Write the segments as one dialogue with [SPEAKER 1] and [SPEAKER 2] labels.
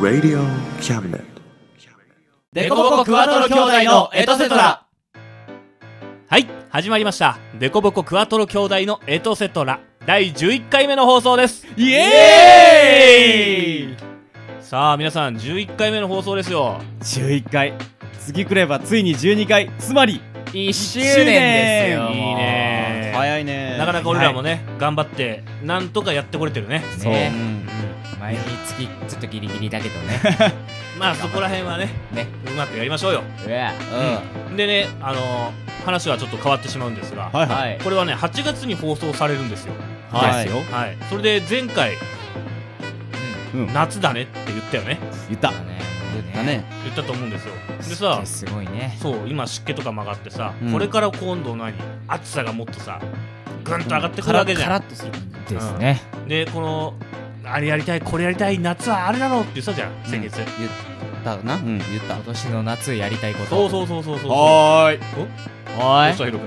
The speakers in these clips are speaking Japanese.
[SPEAKER 1] Radio Cabinet.
[SPEAKER 2] デコボコクワトロ兄弟のエトセトラはい、始まりました。デコボコクワトロ兄弟のエトセトラ第11回目の放送です。イエーイさあ、皆さん、11回目の放送ですよ。
[SPEAKER 3] 11回次来ればついに12回つまり
[SPEAKER 4] 1周年ですよ
[SPEAKER 2] いいね
[SPEAKER 3] 早いね
[SPEAKER 2] なかなか俺らもね、頑張って、なんとかやってこれてるね。
[SPEAKER 3] そう、
[SPEAKER 4] ね毎月ちょっとギリギリだけど ね
[SPEAKER 2] まあ、そこら辺はね、
[SPEAKER 4] ね
[SPEAKER 2] うまくやりましょうよ。
[SPEAKER 4] うわ
[SPEAKER 2] でね、あのー話はちょっと変わってしまうんですが、
[SPEAKER 3] はいはい
[SPEAKER 4] はい
[SPEAKER 2] これはね、8月に放送されるんですよ。
[SPEAKER 3] はい
[SPEAKER 4] ですよ
[SPEAKER 2] はい。それで前回、
[SPEAKER 3] うん
[SPEAKER 2] 夏だねって言ったよね。
[SPEAKER 3] 言った
[SPEAKER 4] だね
[SPEAKER 3] だね
[SPEAKER 2] 言ったと思うんですよでさ
[SPEAKER 4] すごいね
[SPEAKER 2] そう今湿気とか曲がってさ、
[SPEAKER 3] うん
[SPEAKER 2] これから今度何暑さがもっとさぐんと上がってくるわけじ
[SPEAKER 3] カ
[SPEAKER 2] ゃ
[SPEAKER 3] ラ
[SPEAKER 2] ん
[SPEAKER 3] ッとする感じ
[SPEAKER 4] ですね
[SPEAKER 2] でこのあれやりたいこれやりたい夏はあれだろうって言ってたじゃん先月、
[SPEAKER 3] 言ったなうん言った
[SPEAKER 4] 今年の夏やりたいこと
[SPEAKER 2] そう
[SPEAKER 4] う
[SPEAKER 2] そうそうそうそうど
[SPEAKER 3] はーい
[SPEAKER 4] お
[SPEAKER 2] うした
[SPEAKER 4] い
[SPEAKER 2] ヒロ君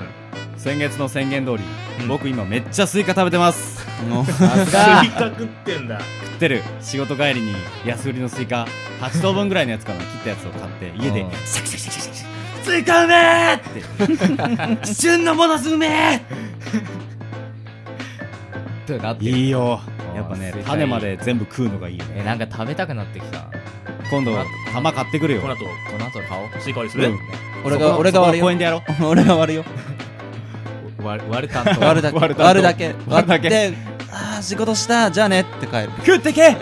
[SPEAKER 3] 先月の宣言通り、
[SPEAKER 2] うん
[SPEAKER 3] 僕今めっちゃスイカ食べてます食
[SPEAKER 4] さす
[SPEAKER 2] ス
[SPEAKER 4] が
[SPEAKER 2] イカ食ってんだ
[SPEAKER 3] ってる仕事帰りに安売りのスイカ8等分ぐらいのやつかな切ったやつを買って家で
[SPEAKER 4] うん
[SPEAKER 3] シャキシャキシャキシャキシャキスイカうめーって 旬のものすうめ
[SPEAKER 4] ってなっ
[SPEAKER 3] ー
[SPEAKER 4] てる
[SPEAKER 3] いいよやっぱね
[SPEAKER 4] スイカいい
[SPEAKER 3] 種まで全部食うのがいいね
[SPEAKER 4] えなんか食べたくなってきた
[SPEAKER 3] 今度玉買ってくるよ
[SPEAKER 2] この後
[SPEAKER 4] この後買おう
[SPEAKER 2] スイカ割りする、
[SPEAKER 3] うん
[SPEAKER 5] 俺
[SPEAKER 3] そこ
[SPEAKER 5] が俺が
[SPEAKER 3] そこは
[SPEAKER 5] 割る
[SPEAKER 3] 公
[SPEAKER 5] よ
[SPEAKER 3] 園でやろう
[SPEAKER 5] 俺が割るよ
[SPEAKER 4] 割割る担当
[SPEAKER 5] 割るだけ
[SPEAKER 3] 割るだけ
[SPEAKER 5] 割るだけ
[SPEAKER 3] 割るだけ
[SPEAKER 5] ってああ仕事したじゃあねって帰る
[SPEAKER 3] 食ってけ
[SPEAKER 2] え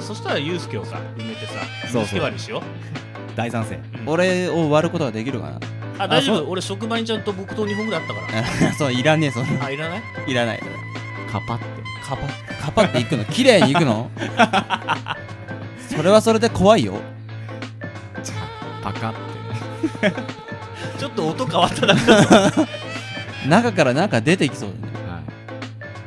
[SPEAKER 2] そしたらユうスケをさ埋めてさ
[SPEAKER 3] そうそう
[SPEAKER 2] ユうスケ割りしよう
[SPEAKER 3] 大賛成
[SPEAKER 5] 俺を割ることはできるか
[SPEAKER 2] あ大丈夫俺職場にちゃんと木刀2本ぐらいあったか
[SPEAKER 5] な そういらねえそんな
[SPEAKER 2] らあいらない
[SPEAKER 5] いらない
[SPEAKER 4] カパって
[SPEAKER 5] カパカパって行くの綺麗に行く のそれはそれで怖いよ
[SPEAKER 4] パカって
[SPEAKER 2] ちょっと音変わったな
[SPEAKER 5] 中からなんか出てきそうだね
[SPEAKER 4] は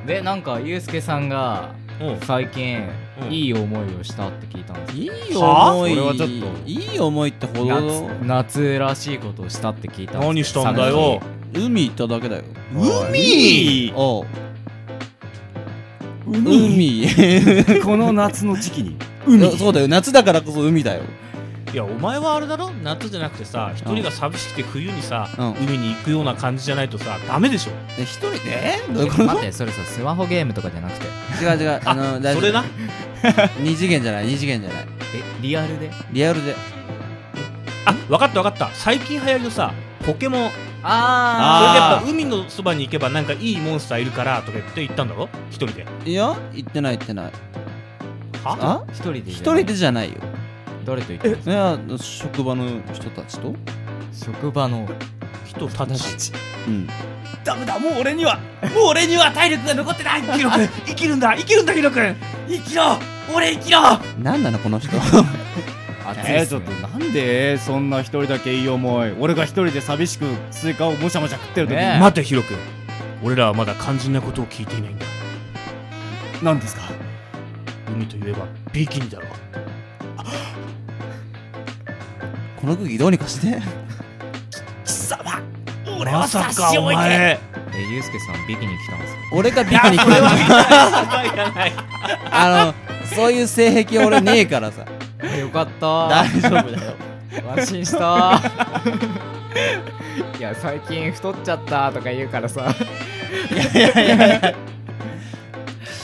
[SPEAKER 4] いでなんかゆうすけさんが
[SPEAKER 2] うん
[SPEAKER 4] 最近
[SPEAKER 2] うん
[SPEAKER 4] いい思いをしたって聞いたんです
[SPEAKER 5] いい
[SPEAKER 2] はあ
[SPEAKER 5] 思い
[SPEAKER 3] それはちょっと
[SPEAKER 5] いい思いってほど
[SPEAKER 4] 夏夏らしいことをしたって聞いた
[SPEAKER 2] 何したんだよ
[SPEAKER 5] 海行っただけだよ
[SPEAKER 3] 海
[SPEAKER 5] おう海
[SPEAKER 3] この夏の時期に
[SPEAKER 5] そうだよ夏だからこそ海だよ
[SPEAKER 2] いやお前はあれだろ夏じゃなくてさ一人が寂しくて冬にさ、
[SPEAKER 5] うん
[SPEAKER 2] 海に行くような感じじゃないとさダメでしょ
[SPEAKER 5] で一人えどういうこと
[SPEAKER 4] 待ってそれさスマホゲームとかじゃなくて
[SPEAKER 5] 違う違うあの大
[SPEAKER 2] それ
[SPEAKER 5] 丈夫
[SPEAKER 2] な
[SPEAKER 5] 二次元じゃない二次元じゃない
[SPEAKER 4] えリアルで
[SPEAKER 5] リアルで
[SPEAKER 2] あ分かった分かった最近流行りのさポケモンそれでやっ
[SPEAKER 4] あ
[SPEAKER 3] あ
[SPEAKER 2] ぱ海のそばに行けばなんかいいモンスターいるからとか言って行ったんだろ一人で
[SPEAKER 5] いや行ってない行ってない
[SPEAKER 2] は
[SPEAKER 5] あ
[SPEAKER 4] 一人で
[SPEAKER 5] 一人でじゃないよ
[SPEAKER 4] 誰と行ったの
[SPEAKER 5] いや職場の人たちと
[SPEAKER 4] 職場の
[SPEAKER 2] 人たち
[SPEAKER 5] うん
[SPEAKER 3] ダメだもう俺にはもう俺には体力が残ってない
[SPEAKER 2] ヒロ君生きるんだ生きるんだヒロ君生きろ俺生きろ
[SPEAKER 5] 何なのこの人
[SPEAKER 4] 暑 い
[SPEAKER 3] え
[SPEAKER 4] っ
[SPEAKER 3] ー、ち
[SPEAKER 4] す
[SPEAKER 3] ょっ
[SPEAKER 4] ね
[SPEAKER 3] となんでそんな一人だけいい思い俺が一人で寂しくスイカをもしゃもしゃ食ってる時に、
[SPEAKER 4] ねえ
[SPEAKER 2] 待てヒロ君俺らはまだ肝心なことを聞いていないんだ
[SPEAKER 3] なんですか
[SPEAKER 2] 海といえばビキニだろ
[SPEAKER 5] この空気どうにかして
[SPEAKER 3] 貴様俺
[SPEAKER 2] まさかお前
[SPEAKER 4] えゆうすけさんビキニ来たんですか
[SPEAKER 5] 俺がビ
[SPEAKER 2] い
[SPEAKER 5] キ
[SPEAKER 2] や
[SPEAKER 5] ニ
[SPEAKER 2] それは見たいじゃない
[SPEAKER 5] あのそういう性癖俺ねえから さ
[SPEAKER 4] えよかった
[SPEAKER 5] 大丈夫だよ
[SPEAKER 4] 安心した いや最近太っちゃったとか言うからさ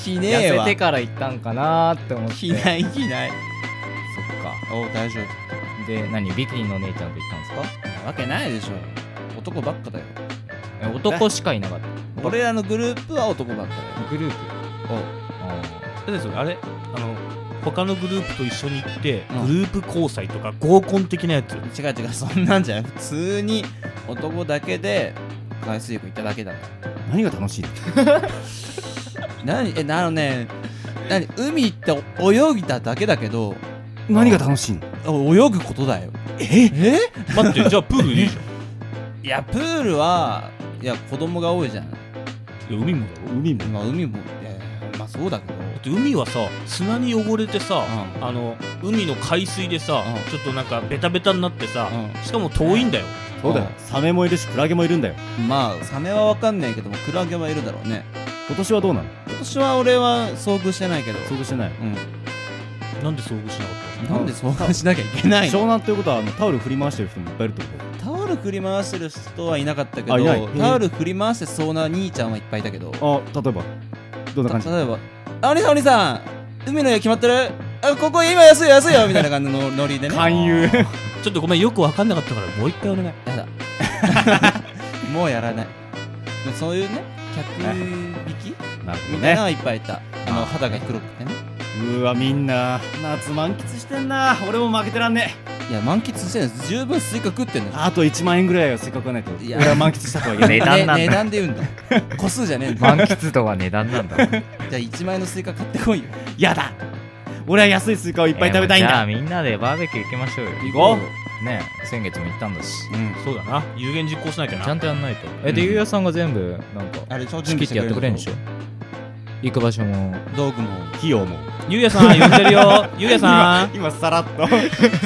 [SPEAKER 5] ひねえ
[SPEAKER 4] 痩せ
[SPEAKER 5] わ
[SPEAKER 4] てから行ったんかなーって思って
[SPEAKER 5] ひないひない
[SPEAKER 4] そっか
[SPEAKER 5] おう大丈
[SPEAKER 4] で何ビキニの姉ちゃんと行ったんですか
[SPEAKER 5] 夫わけないでしょ男ばっかだよ
[SPEAKER 4] え男しかいなかった
[SPEAKER 5] 俺らのグループは男ばっかだよ
[SPEAKER 4] グループ
[SPEAKER 5] おう
[SPEAKER 2] だってそれあれあの他のグループと一緒に行って、
[SPEAKER 5] うん
[SPEAKER 2] グループ交際とか合コン的なやつ
[SPEAKER 5] 違う違うそんなんじゃない普通に男だけで海水浴行っただけだから
[SPEAKER 3] 何が楽しい
[SPEAKER 5] 何えあのね何海行って泳ぎただけだけど
[SPEAKER 3] 何が楽しいの
[SPEAKER 5] 泳ぐことだよええ
[SPEAKER 2] 待ってじゃあプールでいいじ
[SPEAKER 5] いやプールはいや子供が多いじゃん、
[SPEAKER 2] ゃんいや海もだろ
[SPEAKER 3] 海も
[SPEAKER 5] まあ、海もいやいやまあそうだけど
[SPEAKER 2] だって海はさ砂に汚れてさ、
[SPEAKER 5] う
[SPEAKER 2] あの海の海水でさ、
[SPEAKER 5] うん
[SPEAKER 2] ちょっとなんかベタベタになってさ、
[SPEAKER 5] う
[SPEAKER 2] しかも遠いんだよ、
[SPEAKER 3] そうだよサメもいるしクラゲもいるんだよ
[SPEAKER 5] まあサメはわかんないけどもクラゲはいるだろうね
[SPEAKER 3] 今年はどうなの
[SPEAKER 5] 今年は俺は遭遇してないけど、
[SPEAKER 3] 遭遇してない
[SPEAKER 5] うん、
[SPEAKER 2] なんで遭遇しなかっ
[SPEAKER 5] なんで遭遇しなきゃいけないの
[SPEAKER 3] 湘南ということはあのタオル振り回してる人もいっぱいいるってこと
[SPEAKER 5] タオル振り回してる人はいなかったけ
[SPEAKER 3] あいない
[SPEAKER 5] どタオル振り回してそうな兄ちゃんはいっぱいいたけど
[SPEAKER 3] あ例えばどんな
[SPEAKER 5] た
[SPEAKER 3] 感じ
[SPEAKER 5] 例えば「あお兄さんお兄さん海の家決まってるあここ今安いよ安いよ」みたいな感じのノリでね
[SPEAKER 3] 勧誘
[SPEAKER 2] たちょっとごめんよくわかんなかったからもう一回お願い
[SPEAKER 5] やだ もうやらないでそういうね客引き
[SPEAKER 3] なるほ
[SPEAKER 5] みたいな
[SPEAKER 3] ど
[SPEAKER 5] の
[SPEAKER 3] ね
[SPEAKER 5] はいっぱいいた、あの肌が黒くてね
[SPEAKER 3] うわみんな夏満喫してんな俺も負けてらんねえ
[SPEAKER 5] いや満喫してるんです十分スイカ食ってんのよ
[SPEAKER 3] あと1万円ぐらいはせっかくはないと
[SPEAKER 5] い
[SPEAKER 3] 俺
[SPEAKER 5] や
[SPEAKER 3] は満喫したとはいえね
[SPEAKER 4] 値段なんだ
[SPEAKER 5] ね値段で言うんだ個数じゃねえんだ
[SPEAKER 4] 満喫度は値段なんだいっ
[SPEAKER 5] じゃあ1万円のスイカ買ってこいよ
[SPEAKER 3] やだ俺は安いスイカをいっぱい食べたい
[SPEAKER 4] じ
[SPEAKER 3] ん
[SPEAKER 4] ゃあ
[SPEAKER 3] だ
[SPEAKER 4] みんなでバーベキュー行きましょうよ
[SPEAKER 5] 行こ
[SPEAKER 4] ね先月も行ったんだし
[SPEAKER 5] う、うん、
[SPEAKER 2] そうだな有言実行しなきゃ
[SPEAKER 4] ちゃんとやんないとえ
[SPEAKER 5] うん
[SPEAKER 4] でゆうやさんが全部なんか
[SPEAKER 5] あれちょう
[SPEAKER 4] 仕切ってやってくれるんでしょ行く場所も
[SPEAKER 5] 道具も
[SPEAKER 3] 費用も
[SPEAKER 2] ゆうやさん呼んでるよゆうやさ ん
[SPEAKER 3] 今さらっと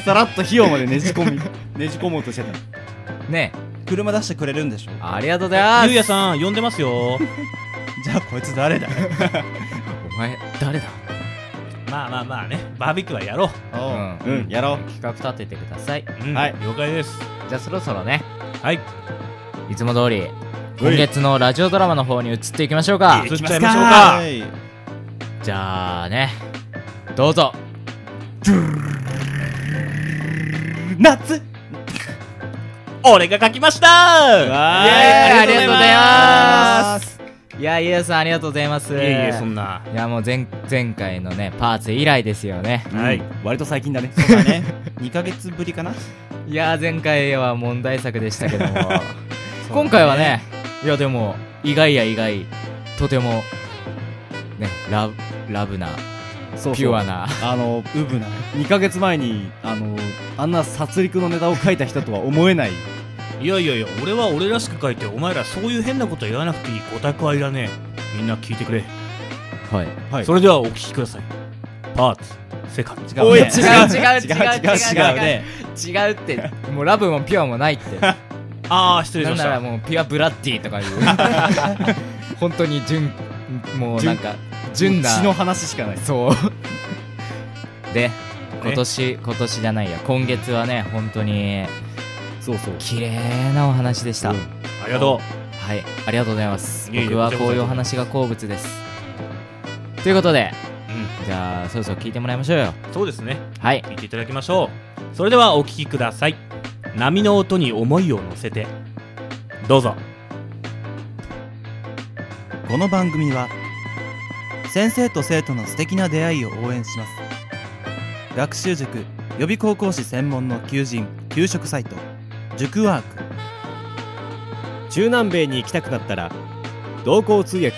[SPEAKER 3] さらっと費用までねじ 込みねじ込もうとしてた
[SPEAKER 4] ね
[SPEAKER 5] 車出してくれるんでしょ
[SPEAKER 4] ありがとうございます
[SPEAKER 2] ゆうやさん呼んでますよ
[SPEAKER 5] じゃあこいつ誰だ
[SPEAKER 4] お前誰だ
[SPEAKER 2] まあまあまあねバーベキューはやろう
[SPEAKER 4] う
[SPEAKER 3] うんやろう
[SPEAKER 4] 企画立ててください
[SPEAKER 2] うん
[SPEAKER 3] はい
[SPEAKER 2] 了解です
[SPEAKER 4] じゃあそろそろね
[SPEAKER 2] はい
[SPEAKER 4] いつも通り今月のラジオドラマの方に移っていきましょうか
[SPEAKER 2] 移っちゃいましょうか
[SPEAKER 5] はい
[SPEAKER 4] じゃあねどうぞ
[SPEAKER 3] 夏
[SPEAKER 2] 俺が書きました
[SPEAKER 3] わーい
[SPEAKER 2] イエーイ
[SPEAKER 4] ありがとうございますいやゆうやさんありがとうございます
[SPEAKER 2] いえいえそんない
[SPEAKER 4] やもう前前回のねパーツ以来ですよね
[SPEAKER 2] はい
[SPEAKER 3] 割と最近だね
[SPEAKER 5] そうだね2ヶ月ぶりかな
[SPEAKER 4] いや前回は問題作でしたけ ども今回はねいやでも意外や意外とてもねラブラブな
[SPEAKER 3] そうそう
[SPEAKER 4] ピュアな
[SPEAKER 3] あの
[SPEAKER 5] ウブな
[SPEAKER 3] 2ヶ月前にあのあんな殺戮のネタを書いた人とは思えない
[SPEAKER 2] いやいやいや俺は俺らしく書いてお前らそういう変なこと言わなくていいオタクはいらねえみんな聞いてくれ
[SPEAKER 4] はい
[SPEAKER 3] はい
[SPEAKER 2] それではお聞きくださいパーツセカンド
[SPEAKER 5] 違う
[SPEAKER 3] おい
[SPEAKER 5] ね
[SPEAKER 4] 違う違う 違う
[SPEAKER 3] 違うね
[SPEAKER 4] 違うってもうラブもピュアも ないって
[SPEAKER 2] ああ失礼し
[SPEAKER 4] な
[SPEAKER 2] ま
[SPEAKER 4] ん
[SPEAKER 2] し
[SPEAKER 4] なら
[SPEAKER 2] た
[SPEAKER 4] もうピュアブラッディとかいう 本当に純もうなんか純な
[SPEAKER 3] 血の話しかない
[SPEAKER 4] そう で今年今年じゃないや今月はね本当に
[SPEAKER 3] そうそう
[SPEAKER 4] 綺麗なお話でした、
[SPEAKER 3] うん
[SPEAKER 2] ありがと
[SPEAKER 4] はいありがとうございます
[SPEAKER 2] いえいえ
[SPEAKER 4] 僕は
[SPEAKER 2] こちらこ
[SPEAKER 4] こ
[SPEAKER 2] そう
[SPEAKER 4] いうお話が好物ですということで
[SPEAKER 2] うう
[SPEAKER 4] じゃあそろそろ聞いてもらいましょうよ
[SPEAKER 2] んそうですね
[SPEAKER 4] はい
[SPEAKER 2] 聞いていただきましょうそれではお聞きください波の音に思いを乗せてどうぞ
[SPEAKER 5] この番組は先生と生徒の素敵な出会いを応援します学習塾予備高校士専門の求人・給食サイト塾ワーク
[SPEAKER 6] 中南米に行きたくなったら同行通訳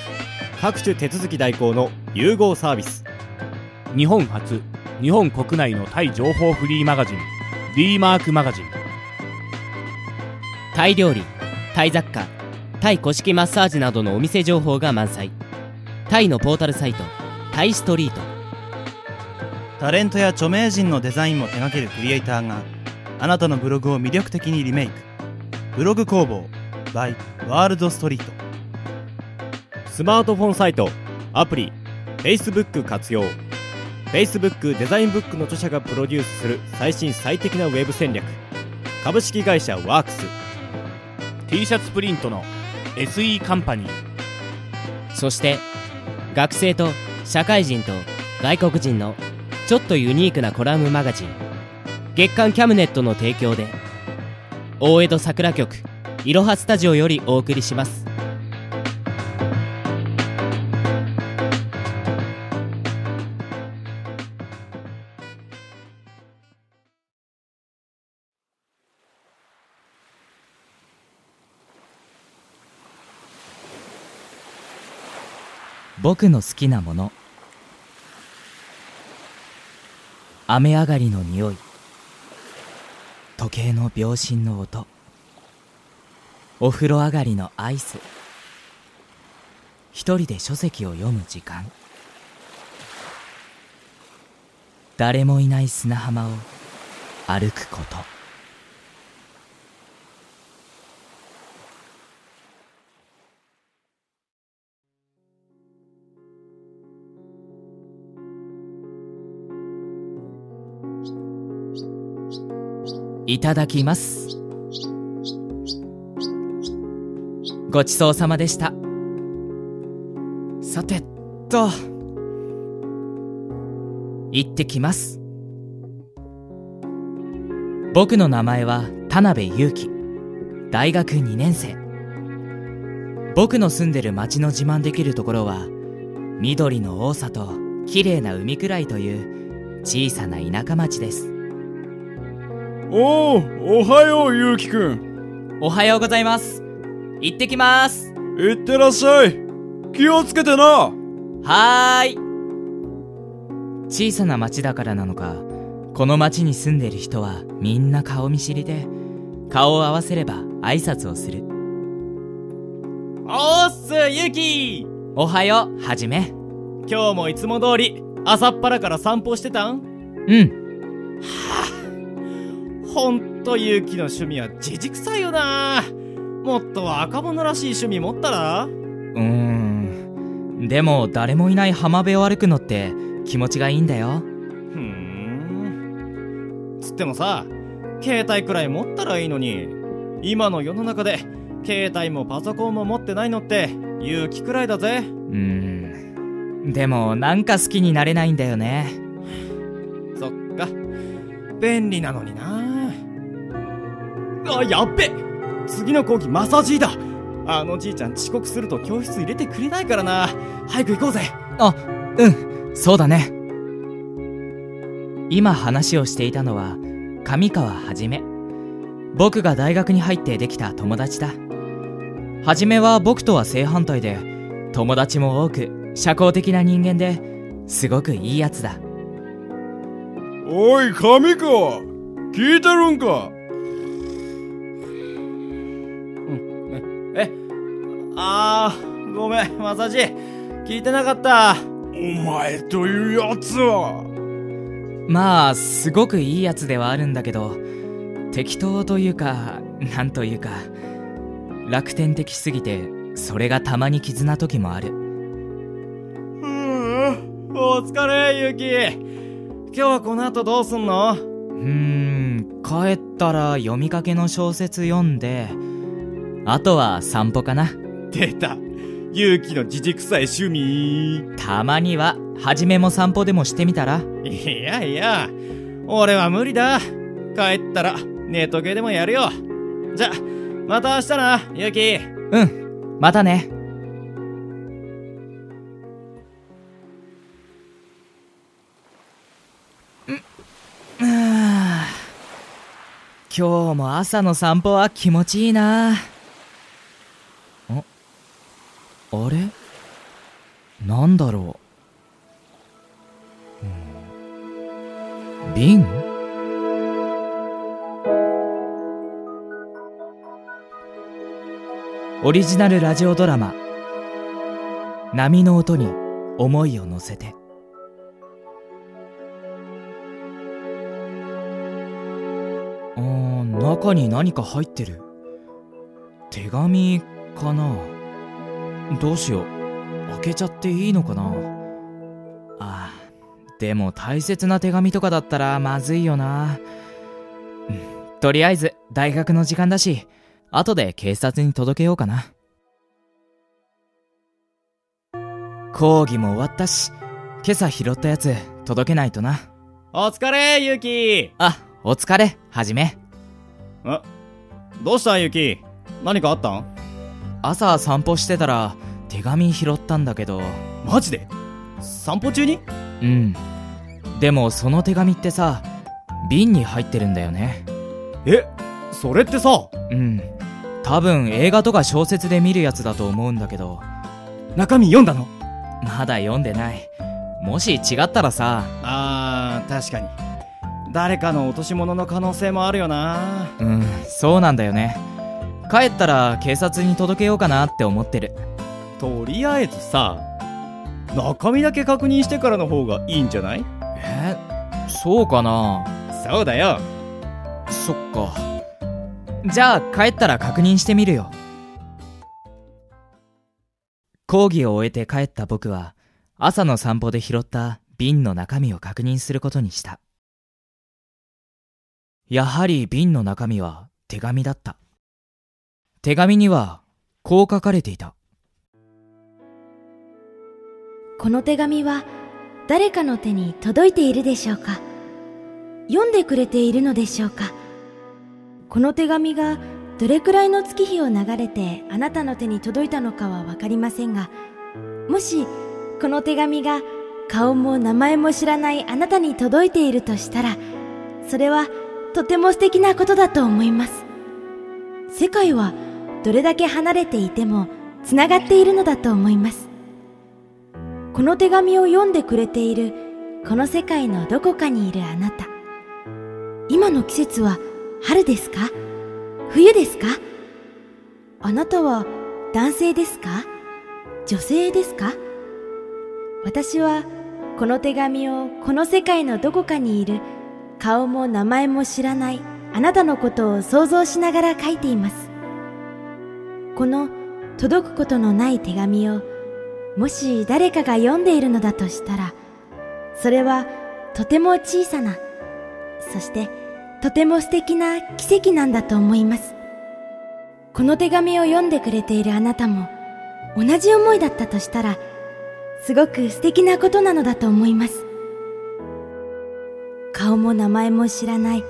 [SPEAKER 6] 各種手続き代行の融合サービス
[SPEAKER 2] 日本初日本国内のタイ情報フリーマガジン D マークマガジン
[SPEAKER 7] タイ料理タイ雑貨タイ古式マッサージなどのお店情報が満載タイのポータルサイトタイストリート
[SPEAKER 5] タレントや著名人のデザインも手掛けるクリエイターがあなたのブログを魅力的にリメイクブログ工房 by ワールドストリート
[SPEAKER 6] スマートフォンサイトアプリ Facebook 活用 Facebook デザインブックの著者がプロデュースする最新最適なウェブ戦略株式会社ワークス
[SPEAKER 2] T シャツプリントの SE カンパニー
[SPEAKER 7] そして学生と社会人と外国人のちょっとユニークなコラムマガジン月刊キャムネットの提供で大江戸桜局いろはスタジオよりお送りします
[SPEAKER 8] 僕の好きなもの雨上がりの匂い時計の秒針の音お風呂上がりのアイス一人で書籍を読む時間誰もいない砂浜を歩くこと
[SPEAKER 4] いただきますごちそうさまでしたさてと行ってきます僕の名前は田辺裕樹大学2年生僕の住んでる町の自慢できるところは緑の多さと綺麗な海くらいという小さな田舎町です
[SPEAKER 9] おおおはようゆうきくん
[SPEAKER 4] おはようございます行ってきます
[SPEAKER 9] いってらっしゃい気をつけてな
[SPEAKER 4] はーい小さな町だからなのかこの町に住んでる人はみんな顔見知りで顔を合わせれば挨拶をする
[SPEAKER 10] おーっすゆき
[SPEAKER 4] おはようはじめ
[SPEAKER 3] 今日もいつも通り朝っぱらから散歩してたん
[SPEAKER 4] うん
[SPEAKER 3] ほんとゆうきの趣味はじじくさいよなもっと若者らしい趣味持ったら
[SPEAKER 4] うーんでも誰もいない浜辺を歩くのって気持ちがいいんだよ
[SPEAKER 3] ふーんつってもさ携帯くらい持ったらいいのに今の世の中で携帯もパソコンも持ってないのって勇気くらいだぜ
[SPEAKER 4] うーんでもなんか好きになれないんだよね
[SPEAKER 3] そっか便利なのになあやっべ次の講義マサジーだあのじいちゃん遅刻すると教室入れてくれないからな早く行こうぜ
[SPEAKER 4] うんそうだね今話をしていたのは上川はじめ僕が大学に入ってできた友達だはじめは僕とは正反対で友達も多く社交的な人間ですごくいいやつだ
[SPEAKER 9] おい神川聞いてるんか
[SPEAKER 3] あーごめんマサジー聞いてなかった
[SPEAKER 9] お前というやつは
[SPEAKER 4] まあすごくいいやつではあるんだけど適当というかなんというか楽天的すぎてそれがたまに傷な時もある
[SPEAKER 3] うーんお疲れゆき今日はこの後どうすんの
[SPEAKER 4] うーん帰ったら読みかけの小説読んであとは散歩かな
[SPEAKER 3] 出た勇気のじじくさい趣味
[SPEAKER 4] たまには初めも散歩でもしてみたら
[SPEAKER 3] いやいや俺は無理だ帰ったらネットゲーでもやるよじゃまた明日なゆき
[SPEAKER 4] うんまたねんうー今日も朝の散歩は気持ちいいなああれなんだろう、うん、瓶オリジナルラジオドラマ「波の音に思いを乗せて」うーん中に何か入ってる手紙かなどうしよう開けちゃっていいのかなあーでも大切な手紙とかだったらまずいよな、うん、とりあえず大学の時間だし後で警察に届けようかな。講義も終わったし、今朝拾ったやつ届けないとな。
[SPEAKER 3] お疲れゆき
[SPEAKER 4] あ、お疲れ、はじめ。
[SPEAKER 3] どうしたゆき何かあったん
[SPEAKER 4] 朝散歩してたら手紙拾ったんだけど、
[SPEAKER 3] マジで散歩中に
[SPEAKER 4] うん。でもその手紙ってさ、瓶に入ってるんだよね。
[SPEAKER 3] えそれってさ
[SPEAKER 4] うん。多分映画とか小説で見るやつだと思うんだけど、
[SPEAKER 3] 中身読んだの
[SPEAKER 4] まだ読んでない。もし違ったらさ、
[SPEAKER 3] あー確かに誰かの落とし物の可能性もあるよな
[SPEAKER 4] うんそうなんだよね帰ったら警察に届けようかなって思ってる
[SPEAKER 3] とりあえずさ中身だけ確認してからの方がいいんじゃない
[SPEAKER 4] えそうかな
[SPEAKER 3] そうだよ
[SPEAKER 4] そっかじゃあ帰ったら確認してみるよ講義を終えて帰った僕は朝の散歩で拾った瓶の中身を確認することにしたやはり瓶の中身は手紙だった。手紙にはこう書かれていた。
[SPEAKER 11] この手紙は誰かの手に届いているでしょうか読んでくれているのでしょうかこの手紙がどれくらいの月日を流れてあなたの手に届いたのかは分かりませんがもしこの手紙が顔も名前も知らないあなたに届いているとしたらそれはとても素敵なことだと思います世界はどれだけ離れていてもつながっているのだと思いますこの手紙を読んでくれているこの世界のどこかにいるあなた今の季節は春ですか冬ですかあなたは男性ですか女性ですか私はこの手紙をこの世界のどこかにいる顔も名前も知らないあなたのことを想像しながら書いていますこの届くことのない手紙をもし誰かが読んでいるのだとしたらそれはとても小さなそしてとても素敵な奇跡なんだと思いますこの手紙を読んでくれているあなたも同じ思いだったとしたらすごく素敵なことなのだと思います顔も名前も知らない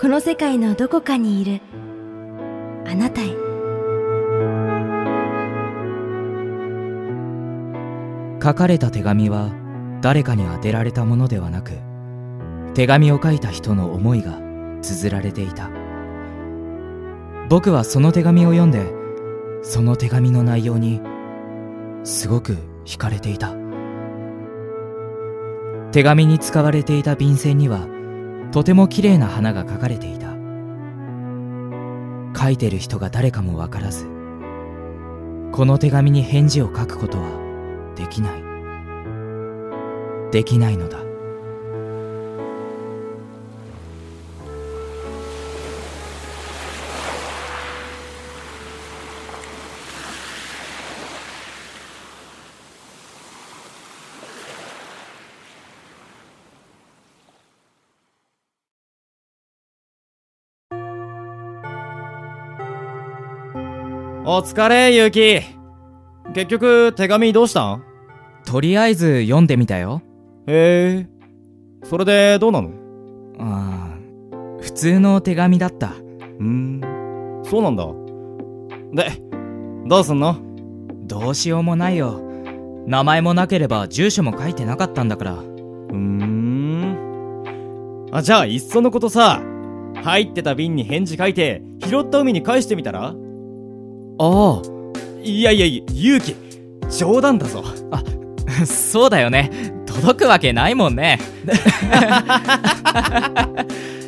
[SPEAKER 11] この世界のどこかにいるあなたへ
[SPEAKER 4] 書かれた手紙は誰かに宛てられたものではなく手紙を書いた人の思いが綴られていた僕はその手紙を読んでその手紙の内容にすごく惹かれていた手紙に使われていた便箋にはとても綺麗な花が描かれていた書いてる人が誰かもわからずこの手紙に返事を書くことはできないできないのだ
[SPEAKER 3] お疲れ、ゆうき。結局、手紙どうしたん
[SPEAKER 4] とりあえず読んでみたよ
[SPEAKER 3] へえそれでどうなの
[SPEAKER 4] ああ普通の手紙だった
[SPEAKER 3] うんそうなんだでどうすんの
[SPEAKER 4] どうしようもないよ名前もなければ住所も書いてなかったんだから
[SPEAKER 3] うーんあじゃあいっそのことさ入ってた瓶に返事書いて拾った海に返してみたら
[SPEAKER 4] あ
[SPEAKER 3] いやいや勇気冗談だぞ
[SPEAKER 4] あ そうだよね届くわけないもんね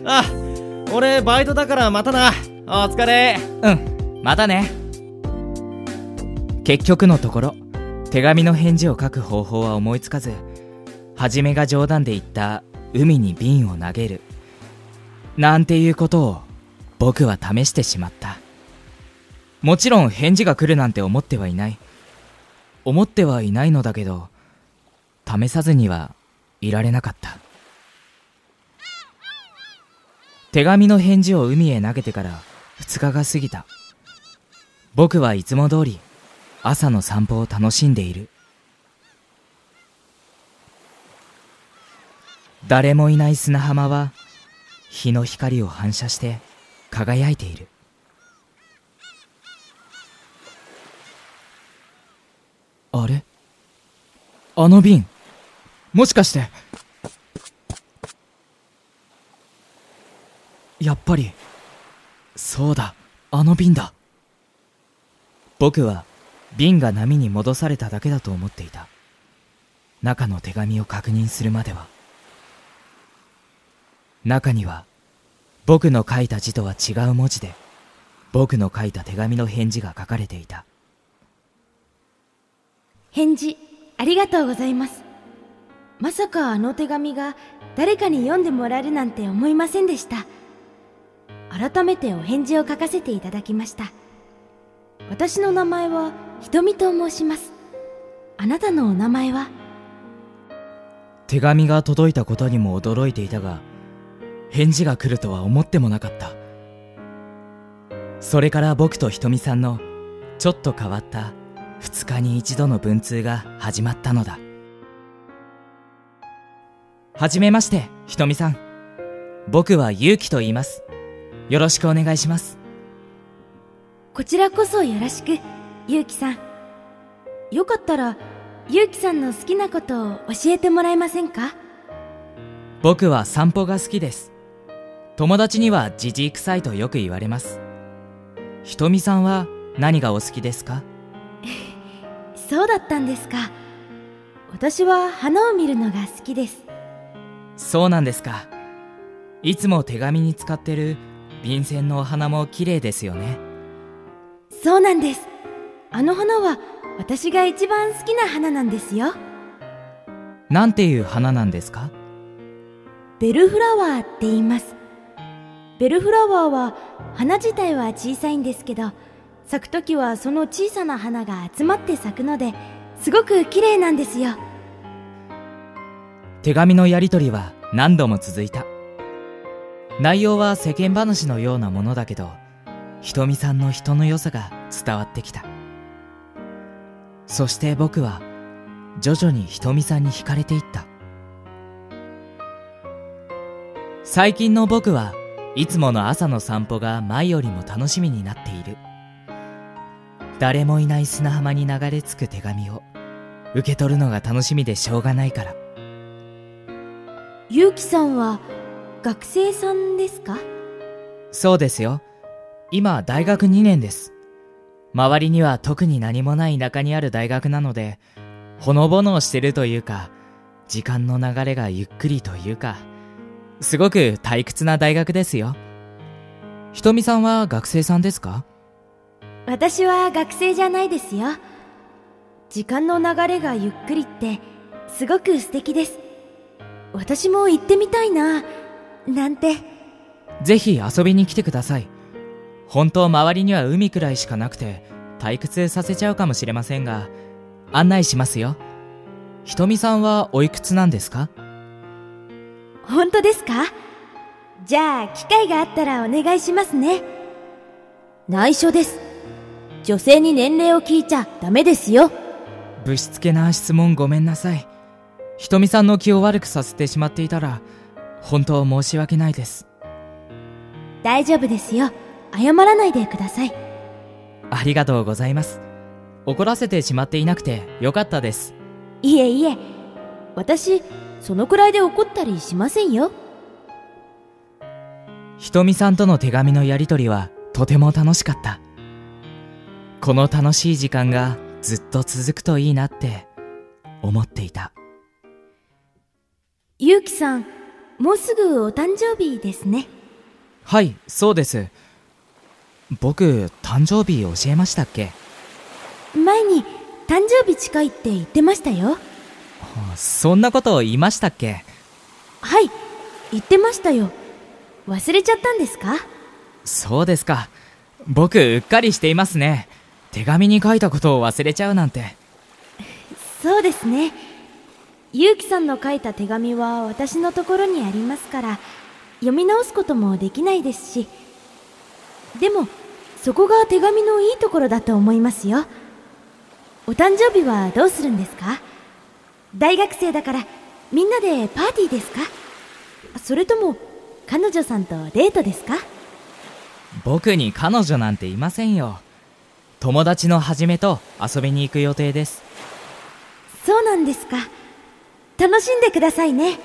[SPEAKER 3] あ俺バイトだからまたなお疲れ
[SPEAKER 4] うんまたね結局のところ手紙の返事を書く方法は思いつかずはじめが冗談で言った海に瓶を投げるなんていうことを僕は試してしまったもちろん返事が来るなんて思ってはいない思ってはいないのだけど試さずにはいられなかった手紙の返事を海へ投げてから2日が過ぎた僕はいつも通り朝の散歩を楽しんでいる誰もいない砂浜は日の光を反射して輝いているあれあの瓶もしかしてやっぱりそうだあの瓶だ僕は瓶が波に戻されただけだと思っていた中の手紙を確認するまでは中には僕の書いた字とは違う文字で僕の書いた手紙の返事が書かれていた
[SPEAKER 11] 返事ありがとうございますまさかあの手紙が誰かに読んでもらえるなんて思いませんでした改めてお返事を書かせていただきました私の名前はひとみと申しますあなたのお名前は
[SPEAKER 4] 手紙が届いたことにも驚いていたが返事が来るとは思ってもなかったそれから僕とひとみさんのちょっと変わった2日に一度の文通が始まったのだはじめましてひとみさん僕はゆうきと言いますよろしくお願いします
[SPEAKER 11] こちらこそよろしくゆうきさんよかったらゆうきさんの好きなことを教えてもらえませんか
[SPEAKER 4] 僕は散歩が好きです友達にはじじい臭いとよく言われますひとみさんは何がお好きですか
[SPEAKER 11] そうだったんですか私は花を見るのが好きです
[SPEAKER 4] そうなんですかいつも手紙に使ってる便箋のお花も綺麗ですよね
[SPEAKER 11] そうなんですあの花は私が一番好きな花なんですよ
[SPEAKER 4] なんていう花なんですか
[SPEAKER 11] ベルフラワーって言いますベルフラワーは花自体は小さいんですけど咲く時はその小さな花が集まって咲くのですごく綺麗なんですよ
[SPEAKER 4] 手紙のやり取りは何度も続いた内容は世間話のようなものだけどひとみさんの人の良さが伝わってきたそして僕は徐々にひとみさんに惹かれていった最近の僕はいつもの朝の散歩が前よりも楽しみになっている誰もいない砂浜に流れ着く手紙を受け取るのが楽しみでしょうがないから
[SPEAKER 11] ゆうきさんは学生さんですか
[SPEAKER 4] そうですよ今大学2年です周りには特に何もない田舎にある大学なのでほのぼのしてるというか時間の流れがゆっくりというかすごく退屈な大学ですよ。ひとみさんは学生さんですか
[SPEAKER 11] 私は学生じゃないですよ。時間の流れがゆっくりって、すごく素敵です。私も行ってみたいな、なんて。
[SPEAKER 4] ぜひ遊びに来てください。本当周りには海くらいしかなくて退屈させちゃうかもしれませんが、案内しますよ。ひとみさんはおいくつなんですか
[SPEAKER 11] 本当ですかじゃあ、機会があったらお願いしますね。内緒です。女性に年齢を聞いちゃダメですよ。
[SPEAKER 4] ぶしつけな質問ごめんなさい。ひとみさんの気を悪くさせてしまっていたら、本当申し訳ないです。
[SPEAKER 11] 大丈夫ですよ。謝らないでください。
[SPEAKER 4] ありがとうございます。怒らせてしまっていなくてよかったです。
[SPEAKER 11] いえいえ、私、そのくらいで怒ったりしませんよ。
[SPEAKER 4] ひとみさんとの手紙のやりとりはとても楽しかった。この楽しい時間がずっと続くといいなって思っていた。
[SPEAKER 11] ゆうきさん、もうすぐお誕生日ですね。
[SPEAKER 4] はい、そうです。僕、誕生日教えましたっけ
[SPEAKER 11] 前に誕生日近いって言ってましたよ。
[SPEAKER 4] そんなこと言いましたっけ
[SPEAKER 11] はい、言ってましたよ。忘れちゃったんですか
[SPEAKER 4] そうですか。僕、うっかりしていますね。手紙に書いたことを忘れちゃうなんて。
[SPEAKER 11] そうですね。ゆうきさんの書いた手紙は私のところにありますから、読み直すこともできないですし。でも、そこが手紙のいいところだと思いますよ。お誕生日はどうするんですか大学生だから、みんなでパーティーですかそれとも、彼女さんとデートですか
[SPEAKER 4] 僕に彼女なんていませんよ。友達のはじめと遊びに行く予定です。
[SPEAKER 11] そうなんですか。楽しんでくださいね。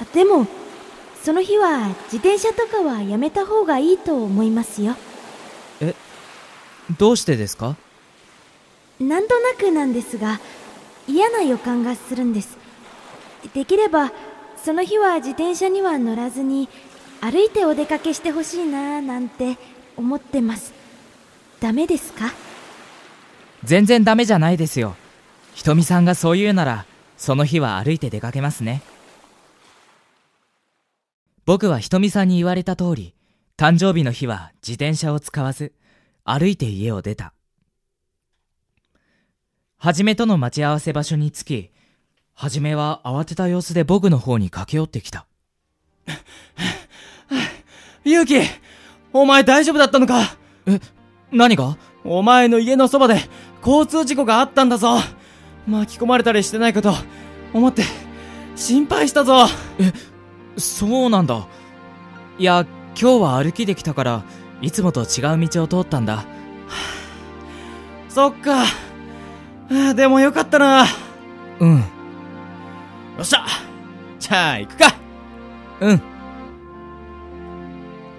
[SPEAKER 11] あでも、その日は自転車とかはやめた方がいいと思いますよ。
[SPEAKER 4] え、どうしてですか
[SPEAKER 11] なんとなくなんですが、嫌な予感がするんです。できれば、その日は自転車には乗らずに、歩いてお出かけしてほしいなぁなんて思ってます。ダメですか
[SPEAKER 4] 全然ダメじゃないですよ。ひとみさんがそう言うなら、その日は歩いて出かけますね。僕はひとみさんに言われた通り、誕生日の日は自転車を使わず、歩いて家を出た。はじめとの待ち合わせ場所に着き、はじめは慌てた様子で僕の方に駆け寄ってきた。
[SPEAKER 3] 勇気お前大丈夫だったのかえ、何がお前の家のそばで交通事故があったんだぞ巻き込まれたりしてないかと思って心配したぞ
[SPEAKER 4] そうなんだいや今日は歩きできたからいつもと違う道を通ったんだ
[SPEAKER 3] そっかはあでもよかったな
[SPEAKER 4] うん
[SPEAKER 3] よっしゃじゃあ行くか
[SPEAKER 4] うん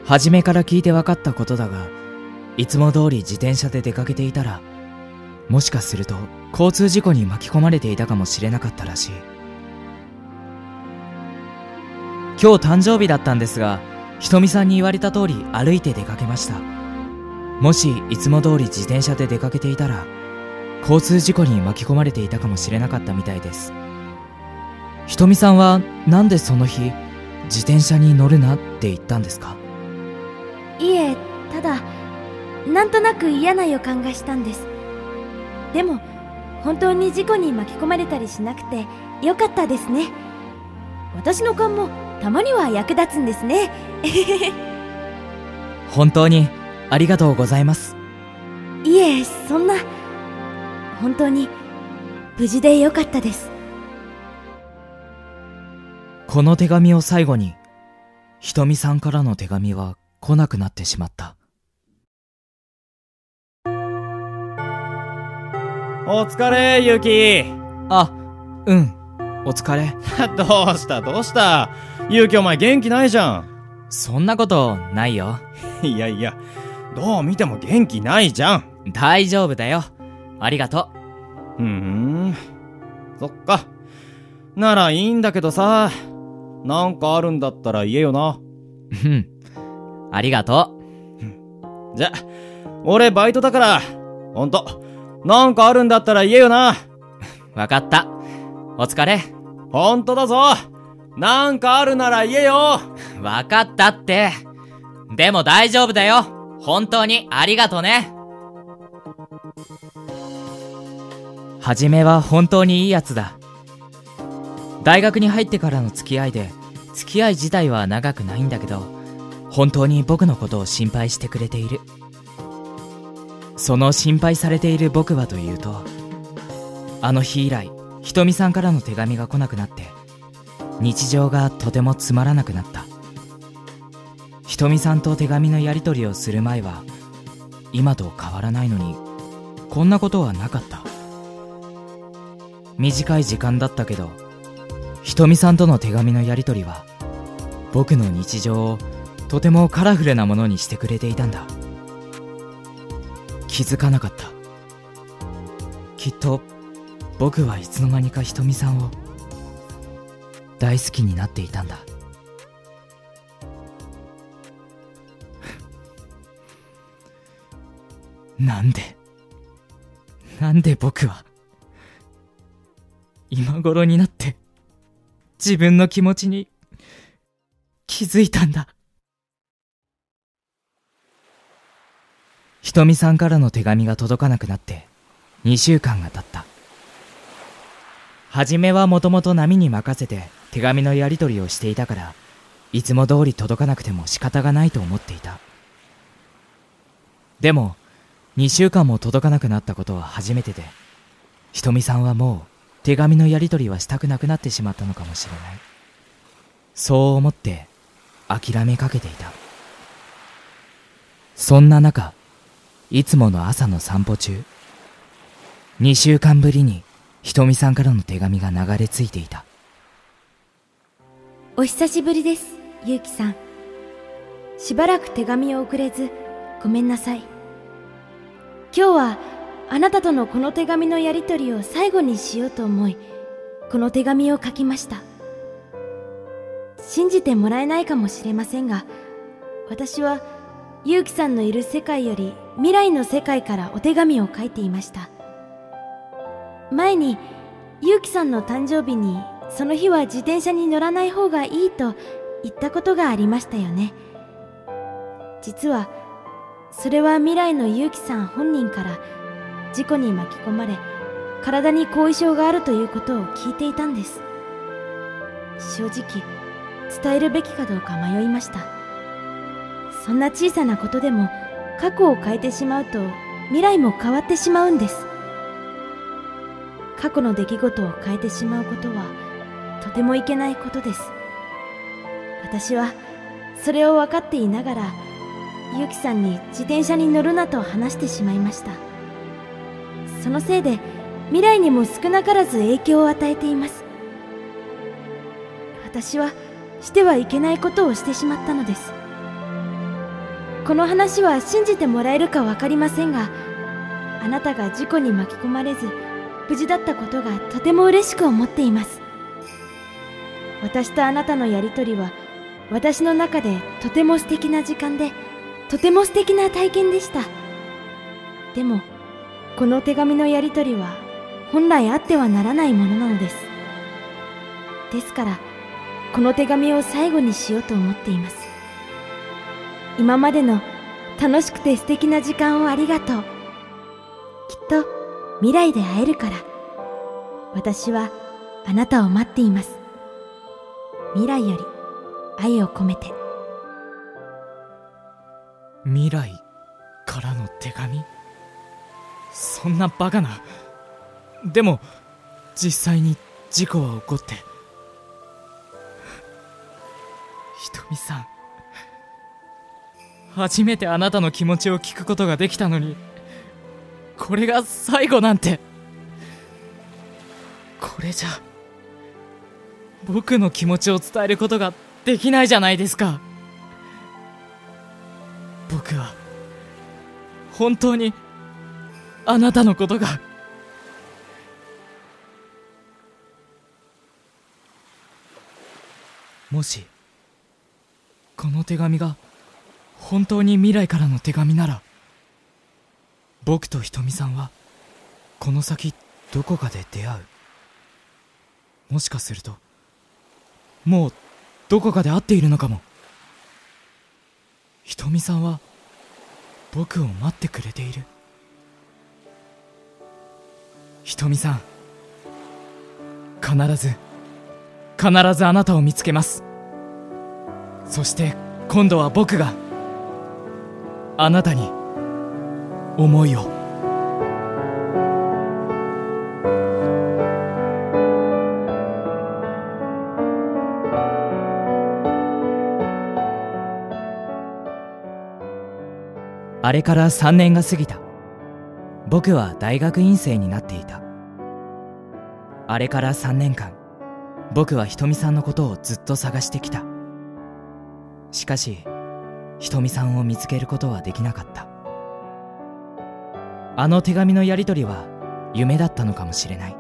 [SPEAKER 4] 初めから聞いて分かったことだがいつも通り自転車で出かけていたらもしかすると交通事故に巻き込まれていたかもしれなかったらしい今日誕生日だったんですがひとみさんに言われた通り歩いて出かけましたもしいつも通り自転車で出かけていたら交通事故に巻き込まれていたかもしれなかったみたいですひとみさんはなんでその日自転車に乗るなって言ったんですか
[SPEAKER 11] いえただなんとなく嫌な予感がしたんですでも本当に事故に巻き込まれたりしなくてよかったですね私の勘もたまには役立つんですね
[SPEAKER 4] 本当にありがとうございます
[SPEAKER 11] いえそんな本当に無事でよかったです
[SPEAKER 4] この手紙を最後にひとみさんからの手紙は来なくなってしまった
[SPEAKER 3] お疲れゆき
[SPEAKER 4] あうんお疲れ
[SPEAKER 3] どうしたどうしたゆきお前元気ないじゃん
[SPEAKER 4] そんなことないよ
[SPEAKER 3] いやいやどう見ても元気ないじゃん
[SPEAKER 4] 大丈夫だよありがと
[SPEAKER 3] うふんそっかならいいんだけどさなんかあるんだったら言えよな
[SPEAKER 4] うんありがと
[SPEAKER 3] うじゃ俺バイトだからほんとなんかあるんだったら言えよな。
[SPEAKER 4] わかった。お疲れ。
[SPEAKER 3] ほんとだぞ。なんかあるなら言えよ。
[SPEAKER 4] わかったって。でも大丈夫だよ。本当にありがとね。はじめは本当にいいやつだ。大学に入ってからの付き合いで、付き合い自体は長くないんだけど、本当に僕のことを心配してくれている。その心配されている僕はというとあの日以来ひとみさんからの手紙が来なくなって日常がとてもつまらなくなったひとみさんと手紙のやり取りをする前は今と変わらないのにこんなことはなかった短い時間だったけどひとみさんとの手紙のやり取りは僕の日常をとてもカラフルなものにしてくれていたんだ気づかなかったきっと僕はいつの間にかひとみさんを大好きになっていたんだなんでなんで僕は今頃になって自分の気持ちに気づいたんだひとみさんからの手紙が届かなくなって2週間が経った初めはもともと波に任せて手紙のやり取りをしていたからいつも通り届かなくても仕方がないと思っていたでも2週間も届かなくなったことは初めてでひとみさんはもう手紙のやり取りはしたくなくなってしまったのかもしれないそう思って諦めかけていたそんな中いつもの朝の散歩中、2週間ぶりにひとみさんからの手紙が流れ着いていた。
[SPEAKER 11] お久しぶりです、ゆうきさん。しばらく手紙を送れず、ごめんなさい。今日は、あなたとのこの手紙のやりとりを最後にしようと思い、この手紙を書きました。信じてもらえないかもしれませんが、私は、ゆうきさんのいる世界より未来の世界からお手紙を書いていました前にゆうきさんの誕生日にその日は自転車に乗らない方がいいと言ったことがありましたよね実はそれは未来のゆうきさん本人から事故に巻き込まれ体に後遺症があるということを聞いていたんです正直伝えるべきかどうか迷いましたそんな小さなことでも過去を変えてしまうと未来も変わってしまうんです過去の出来事を変えてしまうことはとてもいけないことです私はそれを分かっていながらゆきさんに自転車に乗るなと話してしまいましたそのせいで未来にも少なからず影響を与えています私はしてはいけないことをしてしまったのですこの話は信じてもらえるか分かりませんがあなたが事故に巻き込まれず無事だったことがとても嬉しく思っています私とあなたのやりとりは私の中でとても素敵な時間でとても素敵な体験でしたでもこの手紙のやりとりは本来あってはならないものなのですですからこの手紙を最後にしようと思っています今までの楽しくて素敵な時間をありがとうきっと未来で会えるから私はあなたを待っています未来より愛を込めて
[SPEAKER 4] 未来からの手紙そんなバカなでも実際に事故は起こってひとみさん初めてあなたの気持ちを聞くことができたのにこれが最後なんてこれじゃ僕の気持ちを伝えることができないじゃないですか僕は本当にあなたのことがもしこの手紙が本当に未来からの手紙なら僕とひとみさんはこの先どこかで出会うもしかするともうどこかで会っているのかもひとみさんは僕を待ってくれているひとみさん必ず必ずあなたを見つけますそして今度は僕があなたに思いを
[SPEAKER 12] あれから3年が過ぎた僕は大学院生になっていたあれから3年間僕はひとみさんのことをずっと探してきたしかしひとみさんを見つけることはできなかったあの手紙のやり取りは夢だったのかもしれない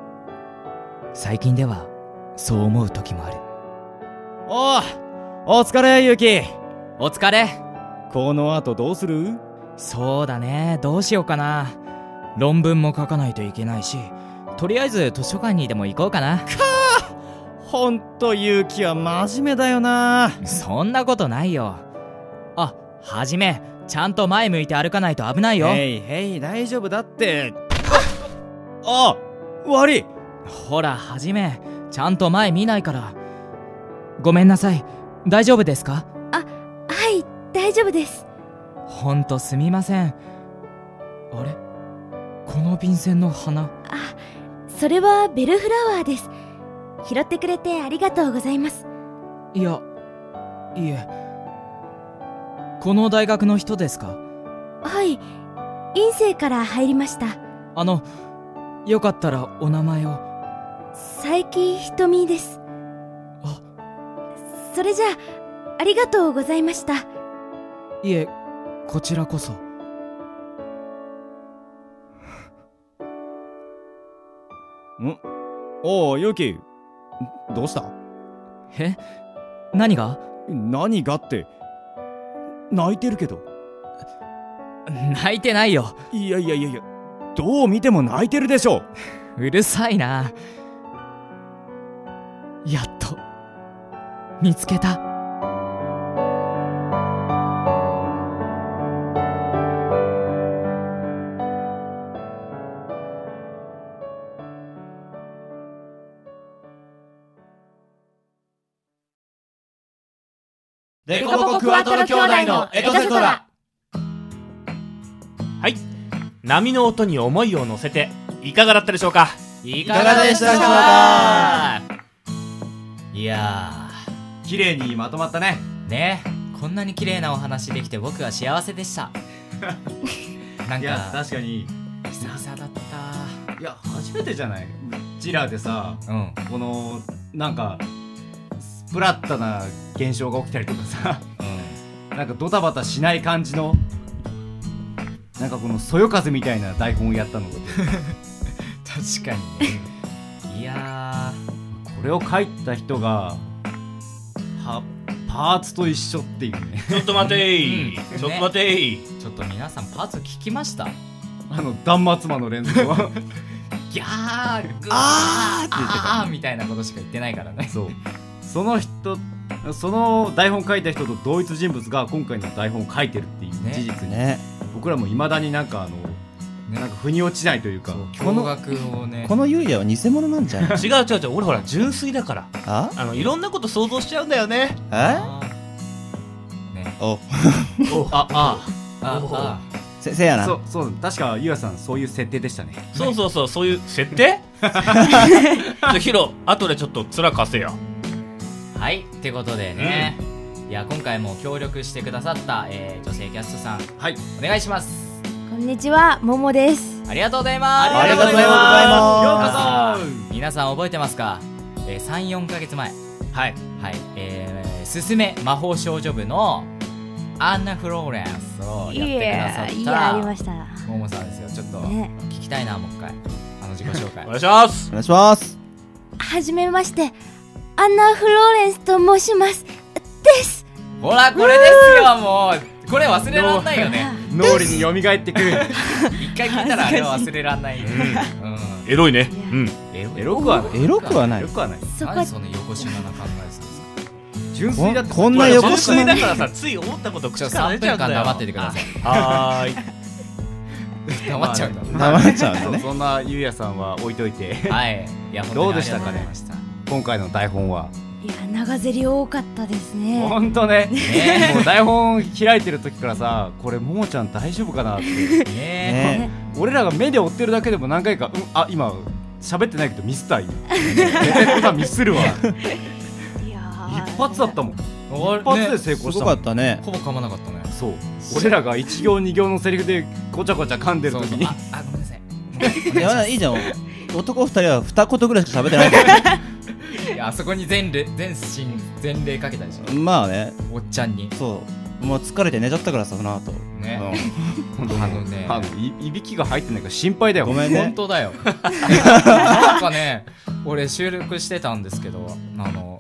[SPEAKER 12] 最近ではそう思う時もある
[SPEAKER 3] おおお疲れゆき
[SPEAKER 10] お疲れ
[SPEAKER 13] この後どうする
[SPEAKER 4] そうだねどうしようかな論文も書かないといけないしとりあえず図書館にでも行こうかなか
[SPEAKER 3] あほんとゆきは真面目だよな
[SPEAKER 4] そんなことないよあはじめちゃんと前向いて歩かないと危ないよ
[SPEAKER 3] へいへい大丈夫だってああ悪い
[SPEAKER 4] ほらはじめちゃんと前見ないからごめんなさい大丈夫ですか
[SPEAKER 11] あはい大丈夫です
[SPEAKER 4] ほんとすみませんあれこの便箋の花
[SPEAKER 11] あそれはベルフラワーです拾ってくれてありがとうございます
[SPEAKER 4] いやいえこの大学の人ですか
[SPEAKER 11] はい院生から入りました
[SPEAKER 4] あのよかったらお名前を
[SPEAKER 11] 佐伯ひとみです
[SPEAKER 4] あ
[SPEAKER 11] それじゃあありがとうございました
[SPEAKER 4] いえこちらこそ
[SPEAKER 13] んおうユキどうした
[SPEAKER 4] え何が
[SPEAKER 13] 何がって泣いてるけど
[SPEAKER 4] 泣いてないよ
[SPEAKER 13] いやいやいやいやどう見ても泣いてるでしょ
[SPEAKER 4] うるさいなやっと見つけた
[SPEAKER 2] デコボコクワトロ兄弟のエトセトラはい波の音に思いを乗せていかがだったでしょうかい
[SPEAKER 4] かがでしたでしょうかいや
[SPEAKER 2] ー綺麗にまとまったね
[SPEAKER 4] ねこんなに綺麗なお話できて僕は幸せでした なん
[SPEAKER 3] い
[SPEAKER 4] か
[SPEAKER 3] や確かに
[SPEAKER 4] 久々だった
[SPEAKER 3] いや初めてじゃないうちらでさ、このなんかスプラッタな現象が起きたりとかさ、なんかドタバタしない感じのなんかこのそよ風みたいな台本をやったの
[SPEAKER 4] 確かにいや
[SPEAKER 3] これを書いた人がはパーツと一緒っていうね
[SPEAKER 2] ちょっと待てー、
[SPEAKER 3] うん
[SPEAKER 2] ちょっと待てー、
[SPEAKER 4] ーちょっと皆さんパーツ聞きました
[SPEAKER 3] あの断末魔の連 続は
[SPEAKER 4] ギャーグあーあーみたいなことしか言ってないからね
[SPEAKER 3] そうその人その台本書いた人と同一人物が今回の台本を書いてるっていう事実に、僕らもいまだになんかあの、なんか腑に落ちないというか
[SPEAKER 4] 驚愕をね
[SPEAKER 5] このユイヤは偽物なんじゃ ない
[SPEAKER 2] 違う違う違う俺ほら純粋だから
[SPEAKER 5] あ
[SPEAKER 2] あのいろんなこと想像しちゃうんだよね
[SPEAKER 5] えお
[SPEAKER 3] ああ
[SPEAKER 4] あ
[SPEAKER 3] あ
[SPEAKER 5] せせやな
[SPEAKER 3] そうそう確かゆうやさんそういう設定でしたね
[SPEAKER 2] そうそうそうそういう設 定ちょっとヒロ後でちょっと面貸せよ
[SPEAKER 4] はいってことでね、いや今回も協力してくださった、えー女性キャストさんはいお願いします
[SPEAKER 11] こんにちは、ももです。
[SPEAKER 4] ありがとうございます
[SPEAKER 11] ありがとうございま
[SPEAKER 4] よ
[SPEAKER 11] す
[SPEAKER 4] うこそ皆さん覚えてますか、えー、34ヶ月前はいはいえー、すすめ魔法少女部のアンナ・フローレンスをやってくださった
[SPEAKER 11] いや、ありました。
[SPEAKER 4] ももさんですよちょっと
[SPEAKER 11] ね
[SPEAKER 4] 聞きたいな、もう一回あの自己紹介お
[SPEAKER 2] 願いします
[SPEAKER 5] お願いします
[SPEAKER 11] はじめまして、アンナ・フローレンスと申します。です。
[SPEAKER 4] ほらこれですよもうこれ忘れらんないよね
[SPEAKER 3] 脳裏によみがえってくる
[SPEAKER 4] 一回聞いたらあれは忘れらんないよ、うん
[SPEAKER 2] エロいねうん
[SPEAKER 3] エロくはない
[SPEAKER 5] エロくはない
[SPEAKER 3] エロくはない
[SPEAKER 11] そ
[SPEAKER 4] 何その横島な考えするんですか
[SPEAKER 3] 純粋だって
[SPEAKER 5] こんな横
[SPEAKER 2] 純
[SPEAKER 5] 島
[SPEAKER 2] 粋だからさつい思ったこと口から出ちゃうんだ
[SPEAKER 4] ち
[SPEAKER 2] よ
[SPEAKER 4] ょっと3分間黙っててください
[SPEAKER 2] はー い
[SPEAKER 4] 黙っちゃうんだ
[SPEAKER 5] 黙っちゃうんだね
[SPEAKER 3] そそんなゆうやさんは置いといて
[SPEAKER 4] はいいや
[SPEAKER 3] どうでしたかね
[SPEAKER 4] した
[SPEAKER 3] 今回の台本はい
[SPEAKER 11] や、長ゼリ多かったですね。
[SPEAKER 3] 本当ねもう台本開いてる時からさこれももちゃん大丈夫かなって
[SPEAKER 4] ね
[SPEAKER 3] 俺らが目で追ってるだけでも何回か、うん、あ今喋ってないけどミスった今絶対今ミスるわ一発だったもん一発で成功したもん
[SPEAKER 5] たね
[SPEAKER 4] ほぼ噛まなかったね
[SPEAKER 3] そう俺らが一行二行のセリフでごちゃごちゃ噛んでる時に
[SPEAKER 5] いやいいじゃん男二人は二言ぐらいしか喋ってないから
[SPEAKER 4] い やあそこに全霊全身全霊かけたでしょ
[SPEAKER 5] まあね
[SPEAKER 4] おっちゃんに
[SPEAKER 5] そうもう疲れて寝ちゃったからさその後
[SPEAKER 4] ね
[SPEAKER 3] 本
[SPEAKER 4] 当あのね
[SPEAKER 3] あのいいびきが入ってないから心配だよ
[SPEAKER 5] ごめんね
[SPEAKER 4] 本当だよ なんかね俺収録してたんですけどあの